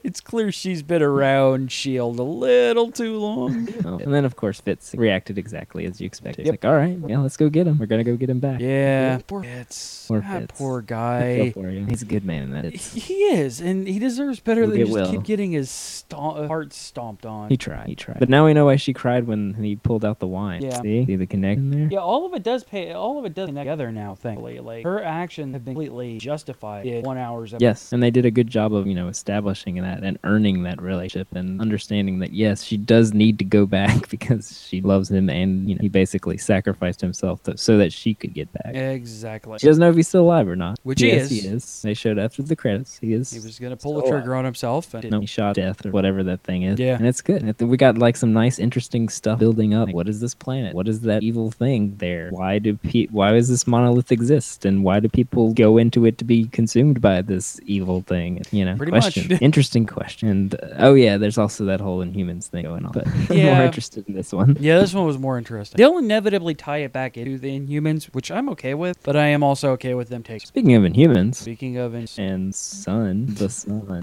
Speaker 2: It's clear she's been around Shield E a little too
Speaker 7: *laughs*
Speaker 2: long.
Speaker 7: Oh, And then of course Fitz reacted exactly as you expected. He's Like, all right, yeah, let's go get him. We're gonna go get him back.
Speaker 2: Yeah, poor Fitz.
Speaker 7: Poor
Speaker 2: That
Speaker 7: Fitz.
Speaker 2: ah, poor
Speaker 7: I feel
Speaker 2: guy.
Speaker 7: for you. He's a good man in that. It's,
Speaker 2: He is, and he deserves better
Speaker 7: We'll
Speaker 2: than
Speaker 7: get
Speaker 2: just
Speaker 7: Will.
Speaker 2: keep getting his stomp- heart stomped on.
Speaker 7: he tried. He tried. But now we know why she cried when he pulled out the wine.
Speaker 2: Yeah.
Speaker 7: See, see the connection there.
Speaker 2: yeah, all of it does pay. All of it does connect together now. Thankfully, like her actions have been completely justified. justify it one hour's episode.
Speaker 7: Yes, and they did a good job of you know establishing that and earning that relationship and understanding that yes, she does need to go *laughs* back because she loves him and you know he basically sacrificed himself to, so that she could get back.
Speaker 2: Exactly.
Speaker 7: She doesn't know if he's still alive or not.
Speaker 2: Which he
Speaker 7: yes,
Speaker 2: is.
Speaker 7: he is. They showed after the credits. He is.
Speaker 2: He was gonna pull the
Speaker 7: Still
Speaker 2: trigger on himself, and
Speaker 7: no, he shot death or whatever that thing is.
Speaker 2: Yeah.
Speaker 7: and it's good. And I think we got like some nice, interesting stuff building up. Like, what is this planet? What is that evil thing there? Why do pe- Why does this monolith exist? And why do people go into it to be consumed by this evil thing? You know,
Speaker 2: Pretty
Speaker 7: question.
Speaker 2: much. *laughs*
Speaker 7: interesting question. And uh, oh yeah, there's also that whole Inhumans thing going on. But *laughs* I'm
Speaker 2: Yeah.
Speaker 7: more interested in this one.
Speaker 2: yeah, this one was more interesting. They'll inevitably tie it back into the Inhumans, which I'm okay with, but I am also okay with them taking.
Speaker 7: Speaking of Inhumans.
Speaker 2: Speaking of
Speaker 7: *laughs*
Speaker 2: in-
Speaker 7: And sun,
Speaker 2: *laughs*
Speaker 7: the sun,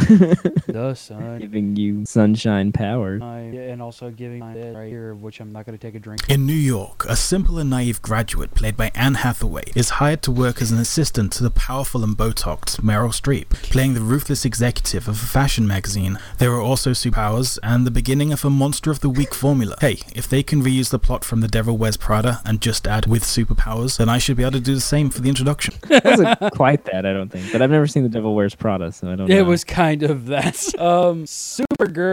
Speaker 2: the sun,
Speaker 7: giving you sunshine power.
Speaker 2: I, and also giving my dead right here, which I'm not gonna take a drink.
Speaker 3: In New York, a simple and naive graduate played by Anne Hathaway is hired to work as an assistant to the powerful and botoxed Meryl Streep, playing the ruthless executive of a fashion magazine. There are also superpowers and the beginning of a monster of the week formula. Hey, if they can reuse the plot from The Devil Wears Prada and just add with superpowers, then I should be able to do the same for the introduction.
Speaker 7: wasn't quite that, I don't think. But I've never seen The Devil Wears Prada, so I don't know.
Speaker 2: It was kind of that. *laughs* Um,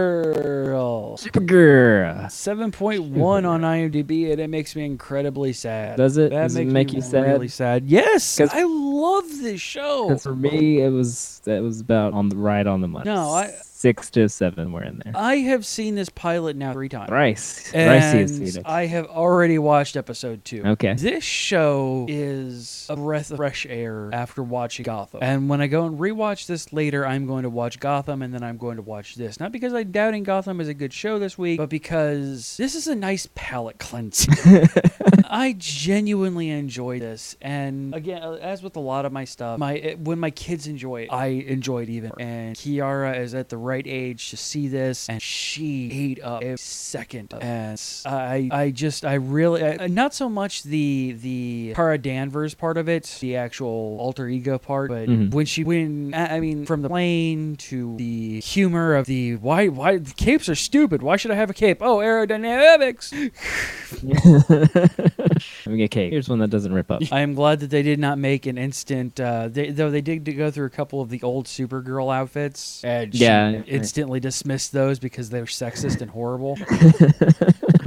Speaker 2: Supergirl.
Speaker 7: Supergirl.
Speaker 2: 7.1 on IMDb, and it makes me incredibly sad.
Speaker 7: Does it-
Speaker 2: That
Speaker 7: does it
Speaker 2: makes
Speaker 7: make
Speaker 2: me
Speaker 7: you sad?
Speaker 2: Really sad. Yes,
Speaker 7: 'Cause-
Speaker 2: I love this show.
Speaker 7: Because for me, it was that was about on the right on the money.
Speaker 2: No, I- Uh,
Speaker 7: six to seven were in there.
Speaker 2: I have seen this pilot now three times.
Speaker 7: Rice, Rice
Speaker 2: And
Speaker 7: has seen it.
Speaker 2: I have already watched episode two.
Speaker 7: Okay.
Speaker 2: This show is a breath of fresh air after watching Gotham. And when I go and rewatch this later, I'm going to watch Gotham and then I'm going to watch this. Not because I'm doubting Gotham is a good show this week, but because this is a nice palate *laughs* cleanse. I genuinely enjoy this, and again, uh, as with a lot of my stuff, my it, when my kids enjoy it, I enjoy it even. more. And Kiara is at the right age to see this, and she ate up every second. of it. And I, I just, I really, I, not so much the the Cara Danvers part of it, the actual alter ego part, but
Speaker 7: Mhm.
Speaker 2: when she, when I I mean, from the plane to the humor of the why, why the capes are stupid. Why should I have a cape? Oh, aerodynamics.
Speaker 7: I mean, okay, here's one that doesn't
Speaker 2: *laughs*
Speaker 7: rip up.
Speaker 2: I am glad that they did not make an instant. Uh, they, though they did go through a couple of the old Supergirl outfits, and she
Speaker 7: Yeah.
Speaker 2: instantly dismissed those because they're sexist and horrible.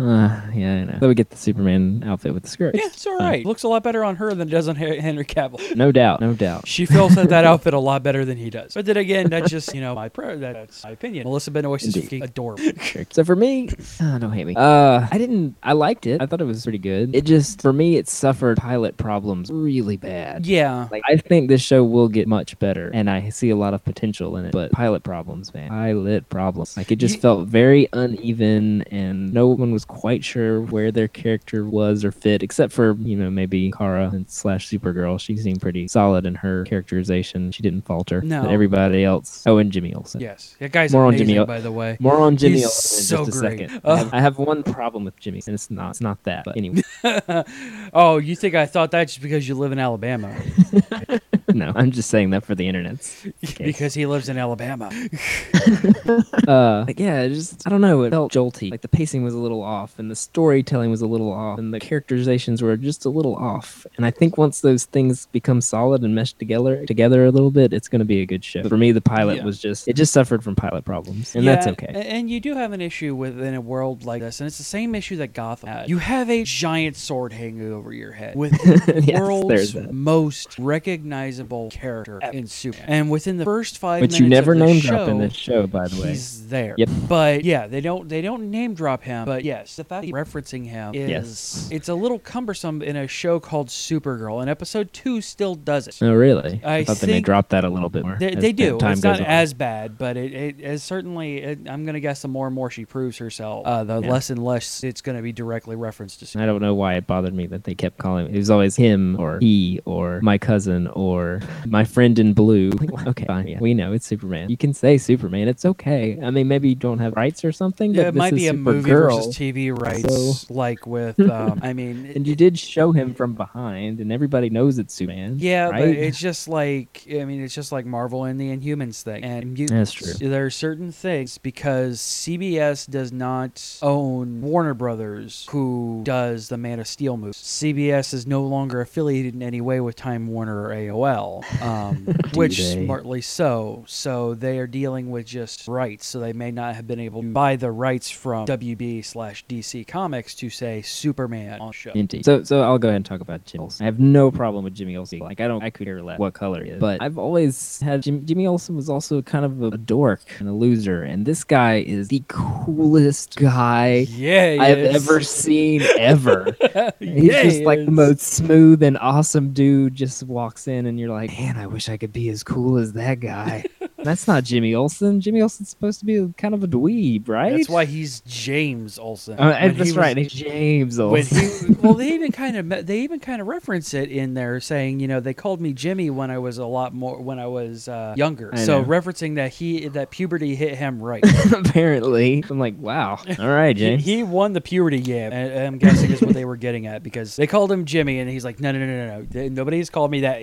Speaker 7: Uh, yeah, I know. So we get the Superman outfit with the skirt.
Speaker 2: yeah, *laughs* it's all right. Looks a lot better on her than it does on Hen- Henry Cavill.
Speaker 7: No doubt, no doubt.
Speaker 2: She feels that that outfit a lot better than he does. But then again, that's just you know my prayer. That, that's my opinion. Melissa Benoist is
Speaker 7: Indeed.
Speaker 2: freaking adorable.
Speaker 7: So
Speaker 2: *laughs*
Speaker 7: for me, oh, don't hate me. Uh, I didn't. I liked it. I thought it was pretty good. It just for me, it suffered pilot problems really bad.
Speaker 2: Yeah.
Speaker 7: Like I think this show will get much better, and I see a lot of potential in it. But pilot problems, man, pilot problems. Like it just felt very uneven, and no one was quite sure where their character was or fit, except for you know maybe Kara and slash Supergirl. She seemed pretty solid in her characterization. She didn't falter.
Speaker 2: No.
Speaker 7: but everybody else. Oh, and Jimmy Olsen.
Speaker 2: Yes. That guy's
Speaker 7: More on
Speaker 2: amazing,
Speaker 7: Jimmy-
Speaker 2: by the way.
Speaker 7: More on Jimmy
Speaker 2: He's
Speaker 7: Olsen
Speaker 2: so
Speaker 7: in just a
Speaker 2: great.
Speaker 7: second.
Speaker 2: Ugh.
Speaker 7: I, have, I have one problem with Jimmy, and it's not it's not that. But
Speaker 2: *laughs*
Speaker 7: anyway,
Speaker 2: Oh, you think I thought that just because you live in Alabama?
Speaker 7: no, I'm just saying that for the
Speaker 2: *laughs*
Speaker 7: internet's sake.
Speaker 2: Because he lives in Alabama.
Speaker 7: uh like yeah it just i don't know it felt jolty like the pacing was a little off and the storytelling was a little off and the characterizations were just a little off and i think once those things become solid and meshed together together a little bit it's going to be a good show for me the pilot
Speaker 2: Yeah.
Speaker 7: was just it just suffered from pilot problems and that's
Speaker 2: Yeah,
Speaker 7: okay
Speaker 2: a- And you do have an issue within a world like this, and it's the same issue that Gotham had. You have a giant sword hanging over your head with the
Speaker 7: *laughs* Yes, there's
Speaker 2: world's
Speaker 7: that.
Speaker 2: most recognizable character in Superman. And within the first five
Speaker 7: which
Speaker 2: minutes
Speaker 7: you never
Speaker 2: of the
Speaker 7: name
Speaker 2: show,
Speaker 7: drop in this show by the way
Speaker 2: He's there.
Speaker 7: Yep.
Speaker 2: But yeah, they don't they don't name drop him. But yes, the fact that you're referencing him is
Speaker 7: Yes.
Speaker 2: it's a little cumbersome in a show called Supergirl, and episode two still does it.
Speaker 7: oh really
Speaker 2: I
Speaker 7: thought they may
Speaker 2: think-
Speaker 7: drop that a little bit more
Speaker 2: They,
Speaker 7: as
Speaker 2: they
Speaker 7: the
Speaker 2: do.
Speaker 7: time
Speaker 2: It's
Speaker 7: goes
Speaker 2: not
Speaker 7: on.
Speaker 2: as bad, but it, it is certainly. It, I'm gonna guess the more and more she proves herself, uh, the
Speaker 7: Yeah.
Speaker 2: less and less it's gonna be directly referenced to.
Speaker 7: I don't know why it bothered me that they kept calling me. It was always him or he or my cousin or my friend
Speaker 2: *laughs*
Speaker 7: in blue. Like, okay, fine. Yeah, we know it's Superman. You can say Superman. It's okay. I mean, maybe you don't have rights or something,
Speaker 2: Yeah,
Speaker 7: but
Speaker 2: it
Speaker 7: this
Speaker 2: might
Speaker 7: is
Speaker 2: be a movie
Speaker 7: Supergirl.
Speaker 2: versus TV TV rights, like
Speaker 7: *laughs*
Speaker 2: with, um, I mean,
Speaker 7: And you did show him from behind, and everybody knows it's Superman.
Speaker 2: Yeah,
Speaker 7: right?
Speaker 2: but it's just like I mean, it's just like Marvel and the Inhumans thing. And mutants.
Speaker 7: That's
Speaker 2: There are certain things because CBS does not own Warner Brothers, who does the Man of Steel movies. CBS is no longer affiliated in any way with Time Warner or AOL,
Speaker 7: *laughs*
Speaker 2: um, which
Speaker 7: they?
Speaker 2: smartly so. So they are dealing with just rights. So they may not have been able to buy the rights from WB slash DC Comics to say Superman on show.
Speaker 7: *laughs* Indeed. So, so I'll go ahead and talk about Jimmy Olsen. I have no problem with Jimmy Olsen. Like, I don't, I could care less what color he is. But I've always had Jim, Jimmy Olsen was also kind of a, dork and a loser. And this guy is the coolest guy
Speaker 2: Yeah,
Speaker 7: I've
Speaker 2: yes.
Speaker 7: ever seen
Speaker 2: *laughs*
Speaker 7: ever. He's
Speaker 2: Yeah,
Speaker 7: just
Speaker 2: he
Speaker 7: like the
Speaker 2: is.
Speaker 7: most smooth and awesome dude. Just walks in, and you're like, man, I wish I could be as cool as
Speaker 2: *laughs*
Speaker 7: that guy. That's not Jimmy Olsen. Jimmy Olsen's supposed to be a- kind of a dweeb, right?
Speaker 2: That's why he's James Olsen.
Speaker 7: Uh,
Speaker 2: When
Speaker 7: and
Speaker 2: he
Speaker 7: that's
Speaker 2: was-
Speaker 7: right. He's James
Speaker 2: when
Speaker 7: Olsen.
Speaker 2: he- *laughs* well, they even kind of they even kind of reference it in there, saying you know they called me Jimmy when I was a lot more when I was uh, younger.
Speaker 7: I
Speaker 2: so
Speaker 7: know.
Speaker 2: referencing that he that puberty hit him
Speaker 7: *laughs*
Speaker 2: right.
Speaker 7: apparently. I'm like, wow. All right,
Speaker 2: He,
Speaker 7: James.
Speaker 2: he won the puberty yam. and I'm guessing is what they were getting at because they called him Jimmy, and he's like, no, no, no, no, no. Th- Nobody's called me that.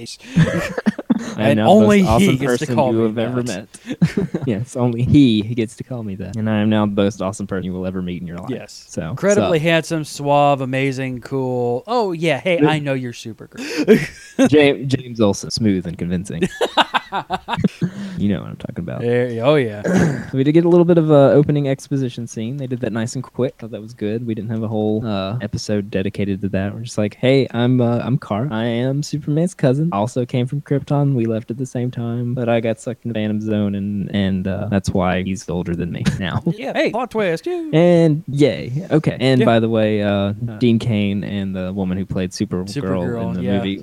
Speaker 7: *laughs*
Speaker 2: It's-
Speaker 7: I
Speaker 2: and
Speaker 7: know, most
Speaker 2: only he
Speaker 7: awesome
Speaker 2: gets to
Speaker 7: person
Speaker 2: call
Speaker 7: you
Speaker 2: me
Speaker 7: have ever
Speaker 2: that.
Speaker 7: met. *laughs* yes, only he gets to call me that. And I am now the most awesome person you will ever meet in your life.
Speaker 2: Yes.
Speaker 7: So
Speaker 2: Incredibly handsome, suave, amazing, cool. Oh yeah, hey, I know you're super.
Speaker 7: *laughs* James, James Olsen, smooth
Speaker 2: *laughs*
Speaker 7: and convincing. you know what I'm talking about.
Speaker 2: There, oh yeah.
Speaker 7: *coughs* We did get a little bit of a opening exposition scene. They did that nice and quick. Thought that was good. We didn't have a whole uh, episode dedicated to that. We're just like, hey, I'm uh, I'm Car. I am Superman's cousin. Also came from Krypton. We left at the same time, but I got sucked into Phantom Zone, and and uh, that's why he's older than me
Speaker 2: *laughs*
Speaker 7: now.
Speaker 2: Yeah. Hey, plot twist.
Speaker 7: *laughs*
Speaker 2: you-
Speaker 7: And yay. Okay. And
Speaker 2: Yeah.
Speaker 7: by the way, uh, Dean Kane and the woman who played Supergirl,
Speaker 2: Supergirl,
Speaker 7: in the
Speaker 2: yeah.
Speaker 7: movie.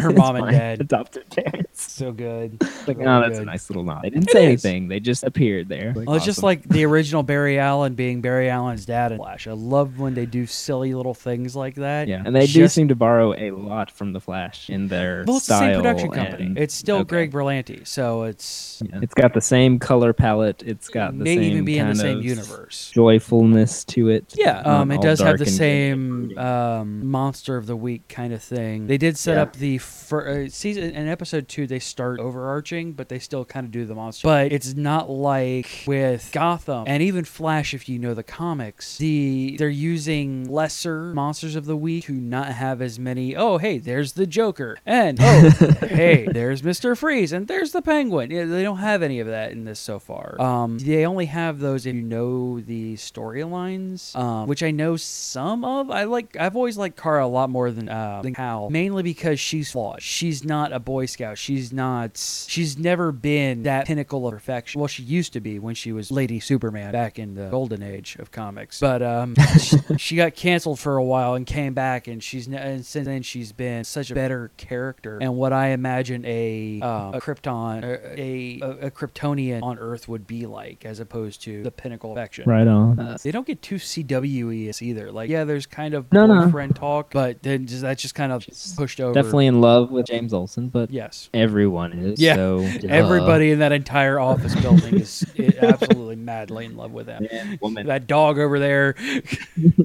Speaker 2: Her
Speaker 7: *laughs* It's
Speaker 2: mom and
Speaker 7: my
Speaker 2: dad.
Speaker 7: Adopted parents.
Speaker 2: So good.
Speaker 7: Like,
Speaker 2: Really
Speaker 7: oh, that's a
Speaker 2: good.
Speaker 7: nice little nod. Oh, They didn't
Speaker 2: It
Speaker 7: say
Speaker 2: is.
Speaker 7: anything. They just appeared there.
Speaker 2: Well, it's just
Speaker 7: awesome.
Speaker 2: like the original Barry Allen being Barry Allen's dad in Flash. I love when they do silly little things like that.
Speaker 7: Yeah, and they do
Speaker 2: Just-
Speaker 7: seem to borrow a lot from the Flash in their
Speaker 2: Well, it's the
Speaker 7: style.
Speaker 2: same production company.
Speaker 7: and-
Speaker 2: it's still
Speaker 7: okay.
Speaker 2: Greg Berlanti, so it's
Speaker 7: Yeah. It's got the same color palette. It's got the
Speaker 2: may
Speaker 7: same
Speaker 2: even be in
Speaker 7: kind
Speaker 2: the same
Speaker 7: of
Speaker 2: universe.
Speaker 7: joyfulness to it.
Speaker 2: Yeah,
Speaker 7: Not
Speaker 2: um, it
Speaker 7: all
Speaker 2: does have
Speaker 7: dark
Speaker 2: the
Speaker 7: and-
Speaker 2: same um, monster of the week kind of thing. They did set up the fir- uh, season in episode two. They start overarching, but they still kind of do the monster. But it's not like with Gotham and even Flash, if you know the comics. The they're using lesser monsters of the week to not have as many. Oh, hey, there's the Joker, and oh, hey, there's Mister Freeze, and there's the Penguin. Yeah, they don't have any of that in this so far. Um, they only have those if you know the storylines, um, which I know some of. I like. I've always liked Kara a lot more than uh, than Hal, mainly because she's flawed. She's not a Boy Scout. She's not. She's never been that pinnacle of perfection. Well, she used to be when she was Lady Superman back in the golden age of comics, but um, *laughs* she, she got canceled for a while and came back, and she's n- and since then she's been such a better character and what I imagine a um, a Krypton a, a a Kryptonian on Earth would be like, as opposed to the pinnacle of action.
Speaker 7: Right on.
Speaker 2: Uh, They don't get too CWE -ish either. Like, yeah, there's kind of
Speaker 7: No, no.
Speaker 2: boyfriend talk, but then just, that's just kind of pushed over.
Speaker 7: Definitely in love with James Olsen, but
Speaker 2: yes.
Speaker 7: everyone is.
Speaker 2: Yeah,
Speaker 7: So
Speaker 2: Everybody in that entire office building is *laughs* i- absolutely madly in love with him.
Speaker 7: Man, woman.
Speaker 2: That dog over
Speaker 7: *laughs*
Speaker 2: there,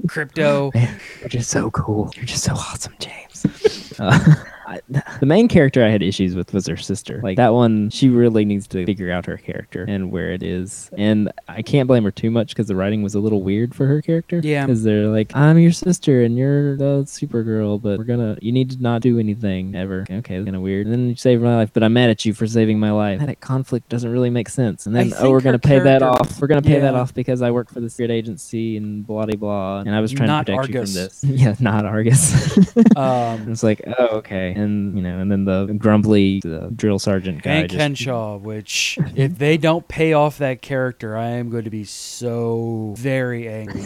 Speaker 2: crypto.
Speaker 7: Man, you're just so cool. You're just so awesome, James. *laughs* Uh, I, the main character I had issues with was her sister. Like that one, she really needs to figure out her character and where it is. And I can't blame her too much because the writing was a little weird for her character.
Speaker 2: Yeah.
Speaker 7: because they're like, "I'm your sister and you're the Supergirl, but we're gonna, you need to not do anything ever." Okay, that's kind of weird. And then you saved my life, but I'm mad at you for saving my life. That conflict doesn't really make sense. And then,
Speaker 2: I
Speaker 7: oh, we're
Speaker 2: think her
Speaker 7: gonna pay that
Speaker 2: character-
Speaker 7: off. We're gonna pay that
Speaker 2: Yeah.
Speaker 7: off because I work for the secret agency and blah blah blah. And I was trying
Speaker 2: Not
Speaker 7: to protect
Speaker 2: Argus.
Speaker 7: you from this. *laughs* Yeah, not Argus. *laughs*
Speaker 2: Um,
Speaker 7: it's like, oh, okay. And, you know, and then the grumbly the drill sergeant guy.
Speaker 2: and
Speaker 7: just-
Speaker 2: Kenshaw, which if they don't pay off that character, I am going to be so very angry.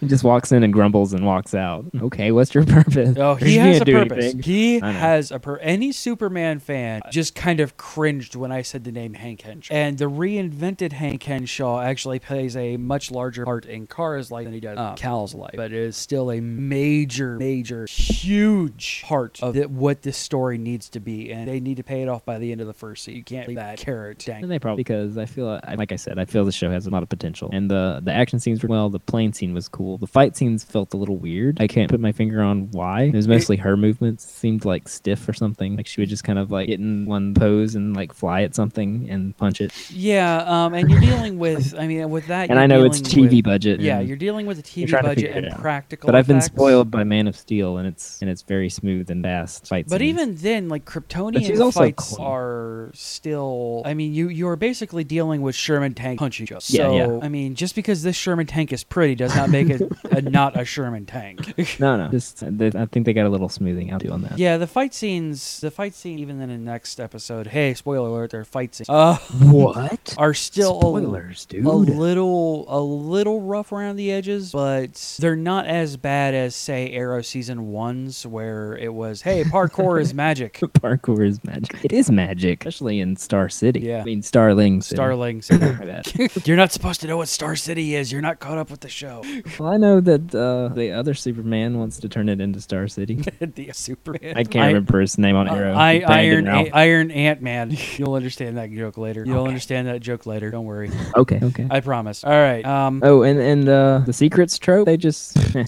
Speaker 7: He just walks in and grumbles and walks out. Okay, what's your purpose? *laughs*
Speaker 2: Oh, he
Speaker 7: You
Speaker 2: has
Speaker 7: can't
Speaker 2: a
Speaker 7: do
Speaker 2: purpose.
Speaker 7: anything.
Speaker 2: He
Speaker 7: I know.
Speaker 2: has a pur Any Superman fan just kind of cringed when I said the name Hank Henshaw. And the reinvented Hank Henshaw actually plays a much larger part in Kara's life than he does um, Cal's life, but it is still a major, major, huge part of the, what this story needs to be, and they need to pay it off by the end of the first season. You can't leave that carrot dangling.
Speaker 7: *laughs* And they probably because I feel I- like I said I feel the show has a lot of potential and the the action scenes were well the plane scene was cool the fight scenes felt a little weird I can't put my finger on why it was mostly her movements seemed like stiff or something like she would just kind of like get in one pose and like fly at something and punch it
Speaker 2: Yeah, um, and you're dealing with, I mean, with that.
Speaker 7: and
Speaker 2: you're
Speaker 7: I know it's
Speaker 2: dealing
Speaker 7: TV
Speaker 2: with-
Speaker 7: budget
Speaker 2: Yeah,
Speaker 7: and-
Speaker 2: you're dealing with a TV
Speaker 7: trying to
Speaker 2: budget
Speaker 7: figure it
Speaker 2: and
Speaker 7: out.
Speaker 2: practical.
Speaker 7: but I've been
Speaker 2: effects.
Speaker 7: spoiled by Man of Steel and it's and it's very smooth and fast fight
Speaker 2: But
Speaker 7: scenes.
Speaker 2: even then, like
Speaker 7: she's
Speaker 2: Kryptonian
Speaker 7: also
Speaker 2: fights
Speaker 7: clean.
Speaker 2: are still. I mean, you you are basically dealing with Sherman tank punching each other.
Speaker 7: Yeah,
Speaker 2: so
Speaker 7: yeah.
Speaker 2: I mean, just because this Sherman tank is pretty does not make it
Speaker 7: *laughs*
Speaker 2: a, not a Sherman tank.
Speaker 7: no no just they, I think they got a little smoothing out to do on that
Speaker 2: yeah, the fight scenes, the fight scene, even in the next episode. Hey, spoiler alert! There are fight scenes. Uh,
Speaker 7: what
Speaker 2: are still a-
Speaker 7: spoilers dude
Speaker 2: a little a little rough around the edges, but they're not as bad as say Arrow season ones where it was
Speaker 7: *laughs*
Speaker 2: hey parkour is magic.
Speaker 7: *laughs* parkour is magic. It is magic, especially in Star City.
Speaker 2: Yeah.
Speaker 7: I mean Starling. City.
Speaker 2: Starlings.
Speaker 7: *laughs* My
Speaker 2: *laughs*
Speaker 7: bad.
Speaker 2: You're not supposed to know what Star City is. You're not caught up with the show.
Speaker 7: well, I know that uh, the other Superman wants to turn it into
Speaker 2: *laughs*
Speaker 7: Star City.
Speaker 2: *laughs* the Superman.
Speaker 7: I can't remember his name on Arrow.
Speaker 2: uh, I,
Speaker 7: He banged it
Speaker 2: Iron
Speaker 7: out.
Speaker 2: Ant- Iron Ant Man. *laughs* You'll understand that joke later. You'll understand that joke later. Don't worry.
Speaker 7: okay. Okay.
Speaker 2: I promise. All right. *laughs* Um.
Speaker 7: oh, and and uh, the secrets trope. They just *laughs*
Speaker 2: *laughs* Yeah.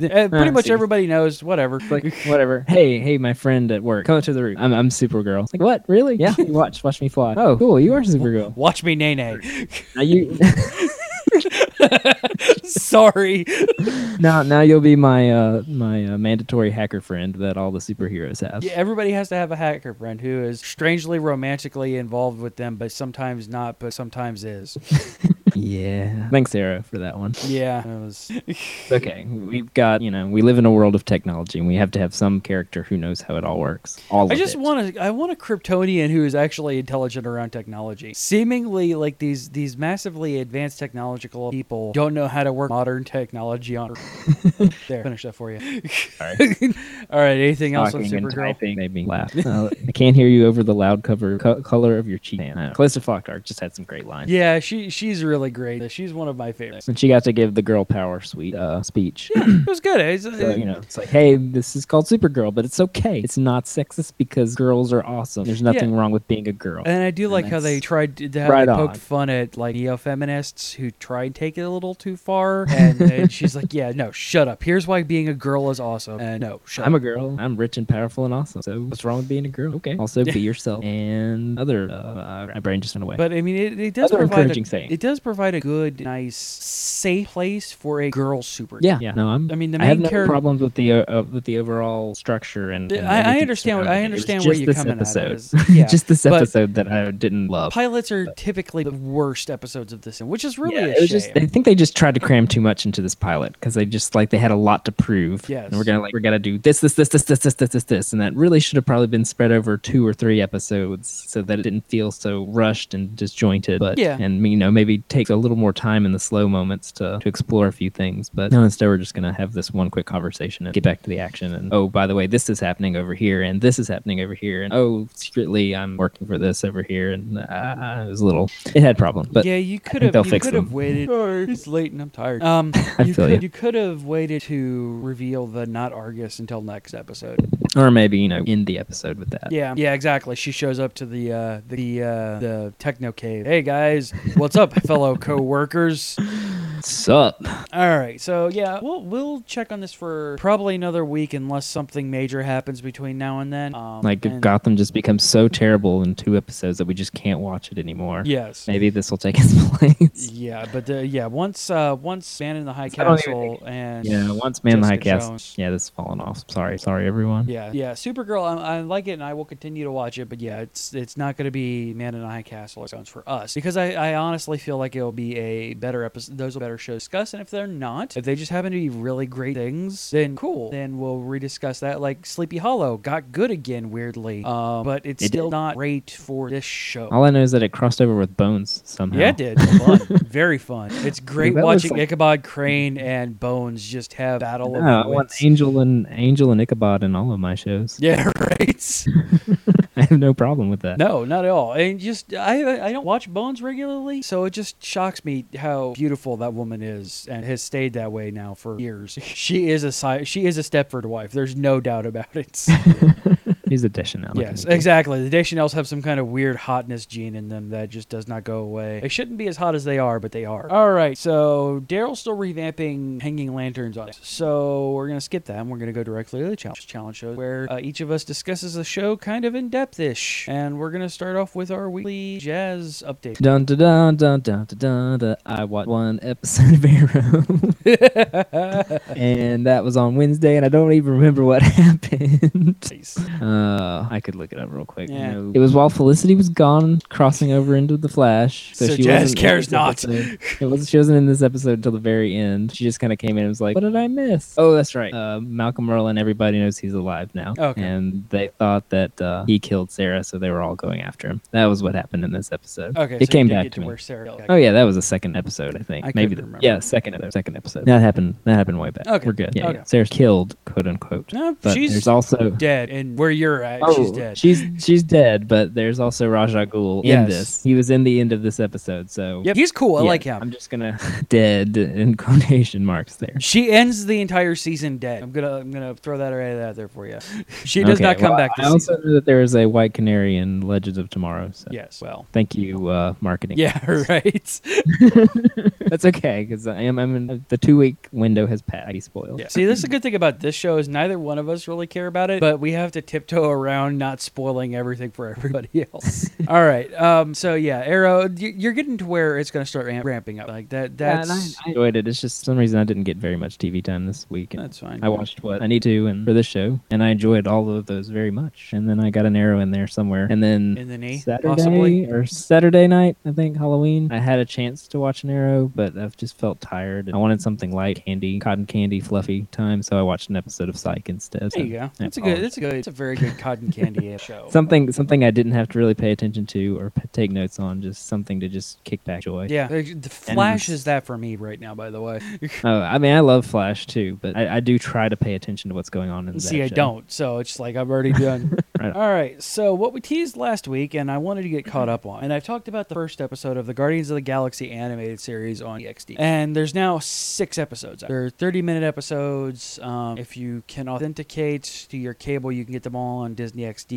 Speaker 2: uh, Pretty
Speaker 7: Uh,
Speaker 2: much
Speaker 7: see.
Speaker 2: everybody knows. Whatever.
Speaker 7: *laughs* Like whatever. Hey, hey, my friend at work. Come up to the roof. I'm, I'm Supergirl. It's Like what? Really? Yeah. *laughs* Watch, watch me fly. Oh, cool. *laughs* You are Supergirl.
Speaker 2: *laughs* Watch me, nay *laughs* nay.
Speaker 7: Now you,
Speaker 2: Sorry.
Speaker 7: *laughs* now now you'll be my uh my uh, mandatory hacker friend that all the superheroes have.
Speaker 2: Yeah, everybody has to have a hacker friend who is strangely romantically involved with them, but sometimes not, but sometimes is.
Speaker 7: Yeah. Thanks, Arrow, for that one.
Speaker 2: Yeah. that was-
Speaker 7: Okay, we've got you know we live in a world of technology, and we have to have some character who knows how it all works. All
Speaker 2: I
Speaker 7: of
Speaker 2: just
Speaker 7: it.
Speaker 2: want a I want a Kryptonian who is actually intelligent around technology. Seemingly like these these massively advanced technological people don't know how to work modern technology on *laughs* There, finish that for you. *laughs* All right, anything else on
Speaker 7: Talking and
Speaker 2: Supergirl?
Speaker 7: typing made *laughs* me laugh. Uh, I can't hear you over the loud cover co- color of your cheek. Man, I don't know. Calista Flockhart just had some great lines.
Speaker 2: Yeah, she she's really great. She's one of my favorites.
Speaker 7: And she got to give the girl power sweet uh, speech.
Speaker 2: It was good. It's,
Speaker 7: So, you know, it's like, hey, this is called Supergirl, but it's okay. It's not sexist because girls are awesome. There's nothing wrong with being a girl.
Speaker 2: And I do like how they
Speaker 7: that's
Speaker 2: tried to how
Speaker 7: right
Speaker 2: they poked
Speaker 7: on.
Speaker 2: fun at like neo feminists who try and take it a little too far. And, and she's like, "Yeah, no, shut up. Here's why being a girl is awesome." And no, shut
Speaker 7: I'm a
Speaker 2: up.
Speaker 7: girl. I'm rich and powerful and awesome. So what's wrong with being a girl? Okay.
Speaker 2: *laughs*
Speaker 7: Also be yourself and other. Uh, my brain just went away.
Speaker 2: But I mean, it, it does
Speaker 7: Other
Speaker 2: provide a,
Speaker 7: encouraging thing.
Speaker 2: it does provide a good, nice, safe place for a girl super.
Speaker 7: yeah, yeah. No, I'm.
Speaker 2: I mean, the
Speaker 7: I have
Speaker 2: main
Speaker 7: no
Speaker 2: char-
Speaker 7: problems with the uh, uh, with the overall structure and.
Speaker 2: Yeah,
Speaker 7: and
Speaker 2: I- I
Speaker 7: everything
Speaker 2: understand what- I
Speaker 7: surrounding it. It
Speaker 2: understand
Speaker 7: was
Speaker 2: where
Speaker 7: just
Speaker 2: you're
Speaker 7: this
Speaker 2: coming at it
Speaker 7: episode.
Speaker 2: is- yeah,
Speaker 7: *laughs* just this
Speaker 2: but-
Speaker 7: episode that I didn't love.
Speaker 2: Pilots are typically the worst episodes of this, and which is really
Speaker 7: Yeah,
Speaker 2: a
Speaker 7: it was
Speaker 2: shame.
Speaker 7: just. I think they just tried to cram too much into this pilot because they just like they had a lot to prove.
Speaker 2: Yes.
Speaker 7: And we're gonna like we're gonna do this, this, this, this, this, this, this, this, this, and that really should have probably been spread over two or three episodes so that it didn't feel so rushed and disjointed. But
Speaker 2: Yeah.
Speaker 7: and you know maybe take a little more time in the slow moments to to explore a few things. But no, instead we're just gonna have this one quick conversation and get back to the action. And oh, by the way, this is happening over here, and this is happening over here, and oh, secretly I'm working for this over here, and uh, it was a little. It had problems, but
Speaker 2: yeah, you could
Speaker 7: think
Speaker 2: have
Speaker 7: they'll
Speaker 2: you
Speaker 7: fix
Speaker 2: could have
Speaker 7: them.
Speaker 2: waited. Sorry, it's late and I'm tired. *laughs* Um,
Speaker 7: I
Speaker 2: you
Speaker 7: feel
Speaker 2: could
Speaker 7: ya.
Speaker 2: you could have waited to reveal the not Argus until next episode.
Speaker 7: or maybe you know end the episode with that
Speaker 2: Yeah, yeah, exactly. She shows up to the uh, the uh, the techno cave. Hey guys, what's up, fellow co-workers?
Speaker 7: sup
Speaker 2: All right, so yeah, we'll we'll check on this for probably another week, unless something major happens between now and then. Um,
Speaker 7: like if
Speaker 2: and-
Speaker 7: gotham just becomes so terrible in two episodes that we just can't watch it anymore
Speaker 2: Yes.
Speaker 7: maybe this will take its *laughs* place
Speaker 2: Yeah, but the, yeah, once uh, once Man in the High
Speaker 7: I don't even
Speaker 2: Castle and
Speaker 7: yeah once man in the high
Speaker 2: Jessica
Speaker 7: castle
Speaker 2: Jones.
Speaker 7: yeah this is falling off sorry sorry everyone
Speaker 2: Yeah, yeah. Supergirl, I, I like it, and I will continue to watch it. But yeah, it's it's not going to be Man in the High Castle or Stones for us because I, I honestly feel like it'll be a better episode. Those are better shows to discuss, and if they're not, if they just happen to be really great things, then cool. Then we'll rediscuss that. Like Sleepy Hollow got good again, weirdly, um, but it's
Speaker 7: It
Speaker 2: still
Speaker 7: did.
Speaker 2: not great for this show.
Speaker 7: all i know is that it crossed over with bones somehow
Speaker 2: yeah, it
Speaker 7: *laughs*
Speaker 2: did. Fun. Very fun. It's great
Speaker 7: that was
Speaker 2: watching
Speaker 7: like-
Speaker 2: Ichabod Crane and Bones just have battle
Speaker 7: no,
Speaker 2: of
Speaker 7: Oh, i
Speaker 2: the
Speaker 7: want
Speaker 2: wits. *laughs*
Speaker 7: angel and angel and ichabod in all of my shows
Speaker 2: Yeah, right.
Speaker 7: *laughs* i have no problem with that
Speaker 2: No, not at all. And just I I- I don't watch Bones regularly, so it just shocks me how beautiful that woman is and has stayed that way now *laughs* for years. She is a si- she is a Stepford wife. There's no doubt about it. *laughs*
Speaker 7: He's a Deschanel.
Speaker 2: Yes, exactly. The Deschanels have some kind of weird hotness gene in them that just does not go away. They shouldn't be as hot as they are, but they are. All right, so Daryl's still revamping Hanging Lanterns on us. So we're going to skip that and we're going to go directly to the challenge, challenge shows where uh, each of us discusses the show kind of in depth ish. And we're going to start off with our weekly jazz update.
Speaker 7: Dun dun dun dun dun dun dun. dun. I watched one episode of Arrow, *laughs* and that was on Wednesday, and I don't even remember what *laughs* happened. Uh, I could look it up real quick.
Speaker 2: Yeah.
Speaker 7: No. It was while Felicity was gone, crossing over into the Flash.
Speaker 2: So Jazz
Speaker 7: wasn't in
Speaker 2: cares
Speaker 7: this
Speaker 2: not.
Speaker 7: episode. It was, she wasn't in this episode until the very end. She just kind of came in and was like, "What did I miss?" Oh, that's right. Uh, Malcolm Merlin. Everybody knows he's alive now.
Speaker 2: Oh, Okay.
Speaker 7: And they thought that uh, he killed Sarah, so they were all going after him. That was what happened in this episode.
Speaker 2: Okay,
Speaker 7: It
Speaker 2: so
Speaker 7: came
Speaker 2: you did
Speaker 7: back
Speaker 2: get
Speaker 7: to,
Speaker 2: to
Speaker 7: me.
Speaker 2: where Sarah.
Speaker 7: Oh yeah, that was the second episode, I think.
Speaker 2: I
Speaker 7: Maybe
Speaker 2: couldn't
Speaker 7: the,
Speaker 2: remember.
Speaker 7: yeah, second episode. Second episode. That happened. That happened way back.
Speaker 2: Okay,
Speaker 7: We're good. Yeah,
Speaker 2: okay.
Speaker 7: yeah. Sarah's killed, quote unquote.
Speaker 2: No,
Speaker 7: but
Speaker 2: she's
Speaker 7: there's also
Speaker 2: dead, and where you're at,
Speaker 7: Oh.
Speaker 2: she's dead.
Speaker 7: She's she's dead, but there's also Raja Ghul
Speaker 2: Yes.
Speaker 7: in this. He was in the end of this episode, so
Speaker 2: Yep, he's cool. I
Speaker 7: yeah,
Speaker 2: like him.
Speaker 7: I'm just gonna *laughs* dead in quotation marks there.
Speaker 2: She ends the entire season dead. I'm gonna I'm gonna throw that right out there for you. She does
Speaker 7: Okay,
Speaker 2: not come
Speaker 7: well,
Speaker 2: back this
Speaker 7: I also
Speaker 2: season.
Speaker 7: knew that there is a White Canary in Legends of Tomorrow. So
Speaker 2: *laughs* Yes.
Speaker 7: *laughs*
Speaker 2: Well.
Speaker 7: thank you, uh, marketing.
Speaker 2: Yeah. *laughs* Right.
Speaker 7: *laughs* that's okay because I am. I'm in the two week window has passed. I spoiled.
Speaker 2: See, this is a good thing about this show is neither one of us really care about it, but we have to tiptoe around not spoiling everything for *laughs* everybody
Speaker 7: *laughs*
Speaker 2: else. All right. Um. So yeah, Arrow, you- you're getting to where it's gonna start ramp- ramping up. Like that.
Speaker 7: Yeah, and
Speaker 2: That's
Speaker 7: I, I enjoyed it. It's just for some reason I didn't get very much TV time this week. and
Speaker 2: that's fine.
Speaker 7: I watched what I need to and for this show, and I enjoyed all of those very much. And then I got an arrow in there somewhere, and then
Speaker 2: In the knee,
Speaker 7: Saturday
Speaker 2: possibly?
Speaker 7: or Saturday night, I think Halloween. I had a chance to watch an arrow, but I've just felt tired. I wanted something light, candy, cotton candy, fluffy time, so I watched an episode of Psych instead.
Speaker 2: There you
Speaker 7: So,
Speaker 2: go.
Speaker 7: I
Speaker 2: That's a good.
Speaker 7: apologize.
Speaker 2: That's a good. It's a very good cotton candy *laughs* show.
Speaker 7: Something, something I didn't have to really pay attention to or p- take notes on. Just something to just kick back joy.
Speaker 2: Yeah, the Flash is that for me right now. By the way,
Speaker 7: Oh, I mean, I love Flash too, but I, I do try to pay attention to what's going on in that
Speaker 2: See, I
Speaker 7: show.
Speaker 2: don't. So it's like I've already done.
Speaker 7: *laughs* Right.
Speaker 2: All right. So what we teased last week, and I wanted to get caught up on, and I've talked about the first episode of the Guardians of the Galaxy animated series on EXD, and there's now six episodes. out. They're 30 minute episodes. Um, if you can authenticate to your cable, you can get them all on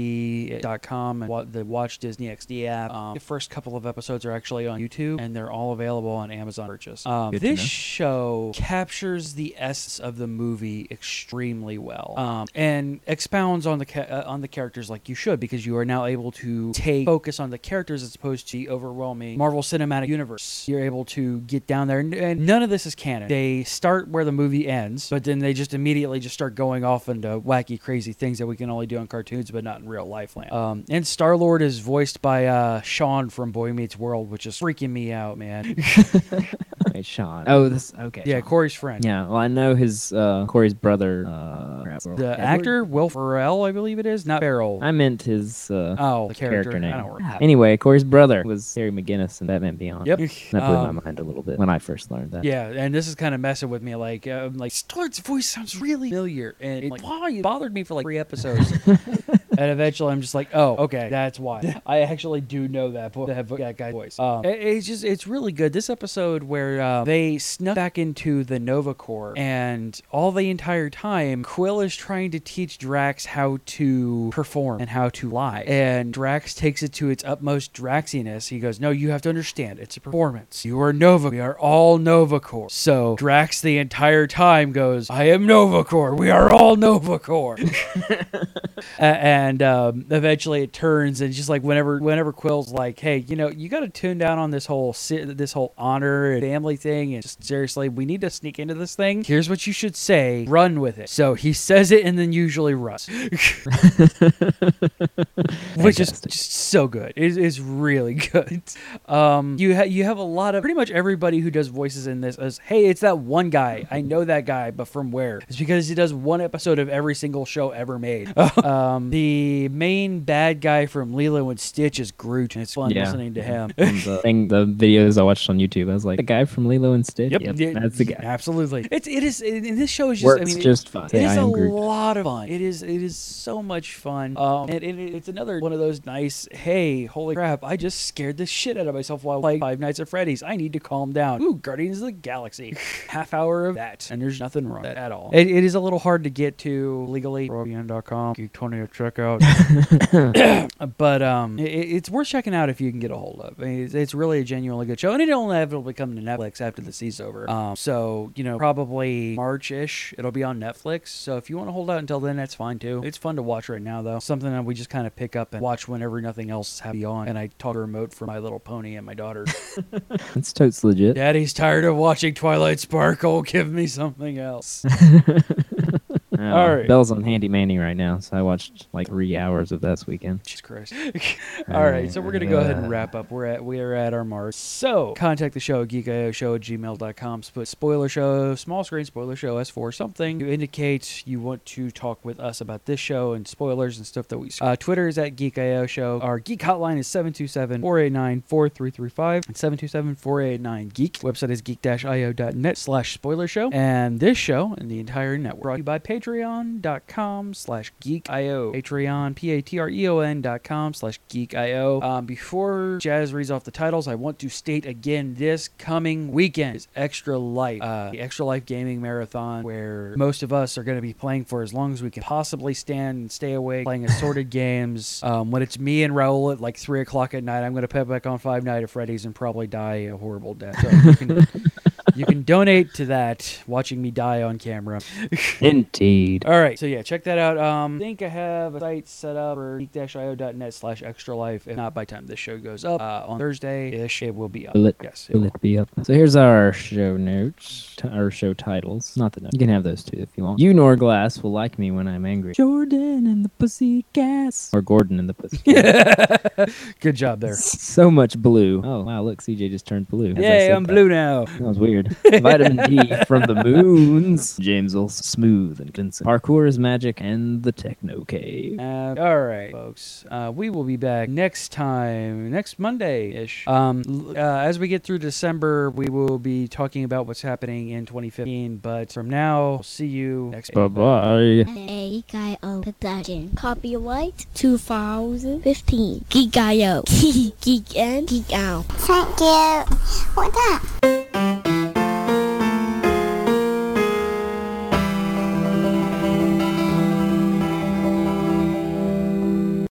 Speaker 2: DisneyXD.com and wa- the Watch Disney XD app. Um, the first couple of episodes are actually on YouTube, and they're all available on Amazon purchase. Um,
Speaker 7: Good to
Speaker 2: this
Speaker 7: know.
Speaker 2: show captures the essence of the movie extremely well um, and expounds on the ca- uh, on the characters like you should because you are now able to take focus on the characters as opposed to the overwhelming Marvel Cinematic Universe. You're able to get down there and, and none of this is canon. They start where the movie ends, but then they just immediately just start going off into wacky crazy things that we can only do in cartoons but not in real life land. Um, and Star-Lord is voiced by uh, Sean from Boy Meets World, which is freaking me out, man. *laughs*
Speaker 7: Wait, Sean. Oh, this. Okay.
Speaker 2: yeah,
Speaker 7: Sean.
Speaker 2: Corey's friend.
Speaker 7: Yeah, well, I know his uh, Corey's brother. Uh, crap,
Speaker 2: The
Speaker 7: Edward?
Speaker 2: actor Will Ferrell, I believe it is, not Ferrell.
Speaker 7: I meant his uh,
Speaker 2: oh, the
Speaker 7: character,
Speaker 2: character.
Speaker 7: name.
Speaker 2: I don't remember.
Speaker 7: Anyway, Corey's brother was Harry McGinnis in Batman Beyond.
Speaker 2: Yep.
Speaker 7: That blew
Speaker 2: Um,
Speaker 7: my mind a little bit when I first learned that.
Speaker 2: Yeah, and this is kind of messing with me. Like, uh, I'm like Stuart's voice sounds really familiar, and it, like, why it bothered me for like three episodes. and eventually, I'm just like, oh, okay, that's *laughs* why. I actually do know that vo- that, vo- that guy's voice. Um, it- it's just it's really good. This episode where uh, they snuck back into the Nova Corps, and all the entire time, Quill is trying to teach Drax how to perform and how to lie, and Drax takes it to its utmost Draxiness. He goes, no, you have to understand, it's a performance. You are Nova. We are all Nova Corps. So Drax the entire time goes, I am Nova Corps. We are all Nova Corps. A- and um, eventually it turns and just like whenever whenever Quill's like, hey, you know, you got to tune down on this whole si- this whole honor and family thing, and just seriously, we need to sneak into this thing. Here's what you should say: run with it. So he says it and then usually runs, *laughs* which is
Speaker 7: Fantastic.
Speaker 2: just so good. It is really *laughs* good. Um, you ha- you have a lot of pretty much everybody who does voices in this is hey, it's that one guy. I know that guy, but from where? It's because he does one episode of every single show ever
Speaker 7: *laughs*
Speaker 2: made.
Speaker 7: Oh.
Speaker 2: um, the main bad guy from Lilo and Stitch is Groot, and it's fun
Speaker 7: Yeah.
Speaker 2: listening to
Speaker 7: *laughs*
Speaker 2: him.
Speaker 7: From the, thing, the videos I watched on YouTube, I was like, the guy from Lilo and Stitch.
Speaker 2: Yeah,
Speaker 7: that's the guy.
Speaker 2: Absolutely. It's it is. And and this show is just. I
Speaker 7: Works
Speaker 2: mean, it-
Speaker 7: just fine.
Speaker 2: It
Speaker 7: Yeah,
Speaker 2: is
Speaker 7: I
Speaker 2: a
Speaker 7: am Groot.
Speaker 2: lot of fun. It is. It is so much fun. Um, and, and it's another one of those nice. Hey, holy crap! I just scared the shit out of myself while playing Five Nights at Freddy's. I need to calm down. Ooh, Guardians of the
Speaker 7: *laughs*
Speaker 2: Galaxy. Half hour of that, and there's nothing wrong with that at all. It, it is a little hard to get to legally. Robian.com. Geek Tony check out. but um, it, it's worth checking out if you can get a hold of. I mean, it's, it's really a genuinely good show, and it'll inevitably come to Netflix after the season's over. Um, so you know, probably March ish, it'll be on Netflix. So if you want to hold out until then, that's fine too. It's fun to watch right now though. Something that we just kind of pick up and watch whenever nothing else has be on. And I talk to a remote for My Little Pony and my daughter. *laughs*
Speaker 7: It's totes legit.
Speaker 2: Daddy's tired of watching Twilight Sparkle. Give me something else.
Speaker 7: Uh,
Speaker 2: all right.
Speaker 7: Bell's on Handy Manny right now, so I watched like three hours of this weekend.
Speaker 2: Jesus Christ. All right, so we're gonna go ahead and wrap up. We're at we are at our mark. So contact the show at geekioshow at gmail.com. Put spoiler show, small screen spoiler show S4 something. You indicate you want to talk with us about this show and spoilers and stuff that we uh, Twitter is at geekio show. Our geek hotline is 727-489-4335 and 727-489-geek. Website is geek-io.net slash spoiler show. And this show and the entire network brought to you by patreon.com slash geekio. Patreon, P-A-T-R-E-O-N E dot com slash geekio. Um, before Jazz reads off the titles, I want to state again this coming weekend is Extra Life, uh, the Extra Life Gaming Marathon, where most of us are going to be playing for as long as we can possibly stand and stay awake, playing assorted games. Um, when it's me and Raul at like 3 o'clock at night, I'm going to put back on Five Night at Freddy's and probably die a horrible death. So you can, you can donate to that, watching me die on camera.
Speaker 7: Indeed.
Speaker 2: All right, so yeah, check that out. Um, I think I have a site set up for geek-io.net slash extra life. If not, by the time this show goes up uh, on Thursday-ish, it will be up.
Speaker 7: Will it,
Speaker 2: yes, it
Speaker 7: will
Speaker 2: will.
Speaker 7: it be up? So here's our show notes, t- our show titles. Not the notes. You can have those too if you want. You nor Glass will like me when I'm angry. Jordan and the pussy gas. Or Gordon and the pussy. *laughs*
Speaker 2: Good job *laughs* there.
Speaker 7: so much blue. Oh wow, look, CJ just turned blue. as I
Speaker 2: Yay,
Speaker 7: said
Speaker 2: I'm
Speaker 7: that.
Speaker 2: blue now.
Speaker 7: That was *laughs* weird. Vitamin D from the moons. James will smooth and convincing. Parkour is magic and the techno cave.
Speaker 2: Uh, all right, folks. Uh, we will be back next time, next Monday ish. Um, l- uh, as we get through December, we will be talking about what's happening in 2015. But from now, we'll see you next.
Speaker 7: bye.
Speaker 9: Geekio production. Copyright 2015. Geekio. Geek in, geek out.
Speaker 10: Thank you. What's that?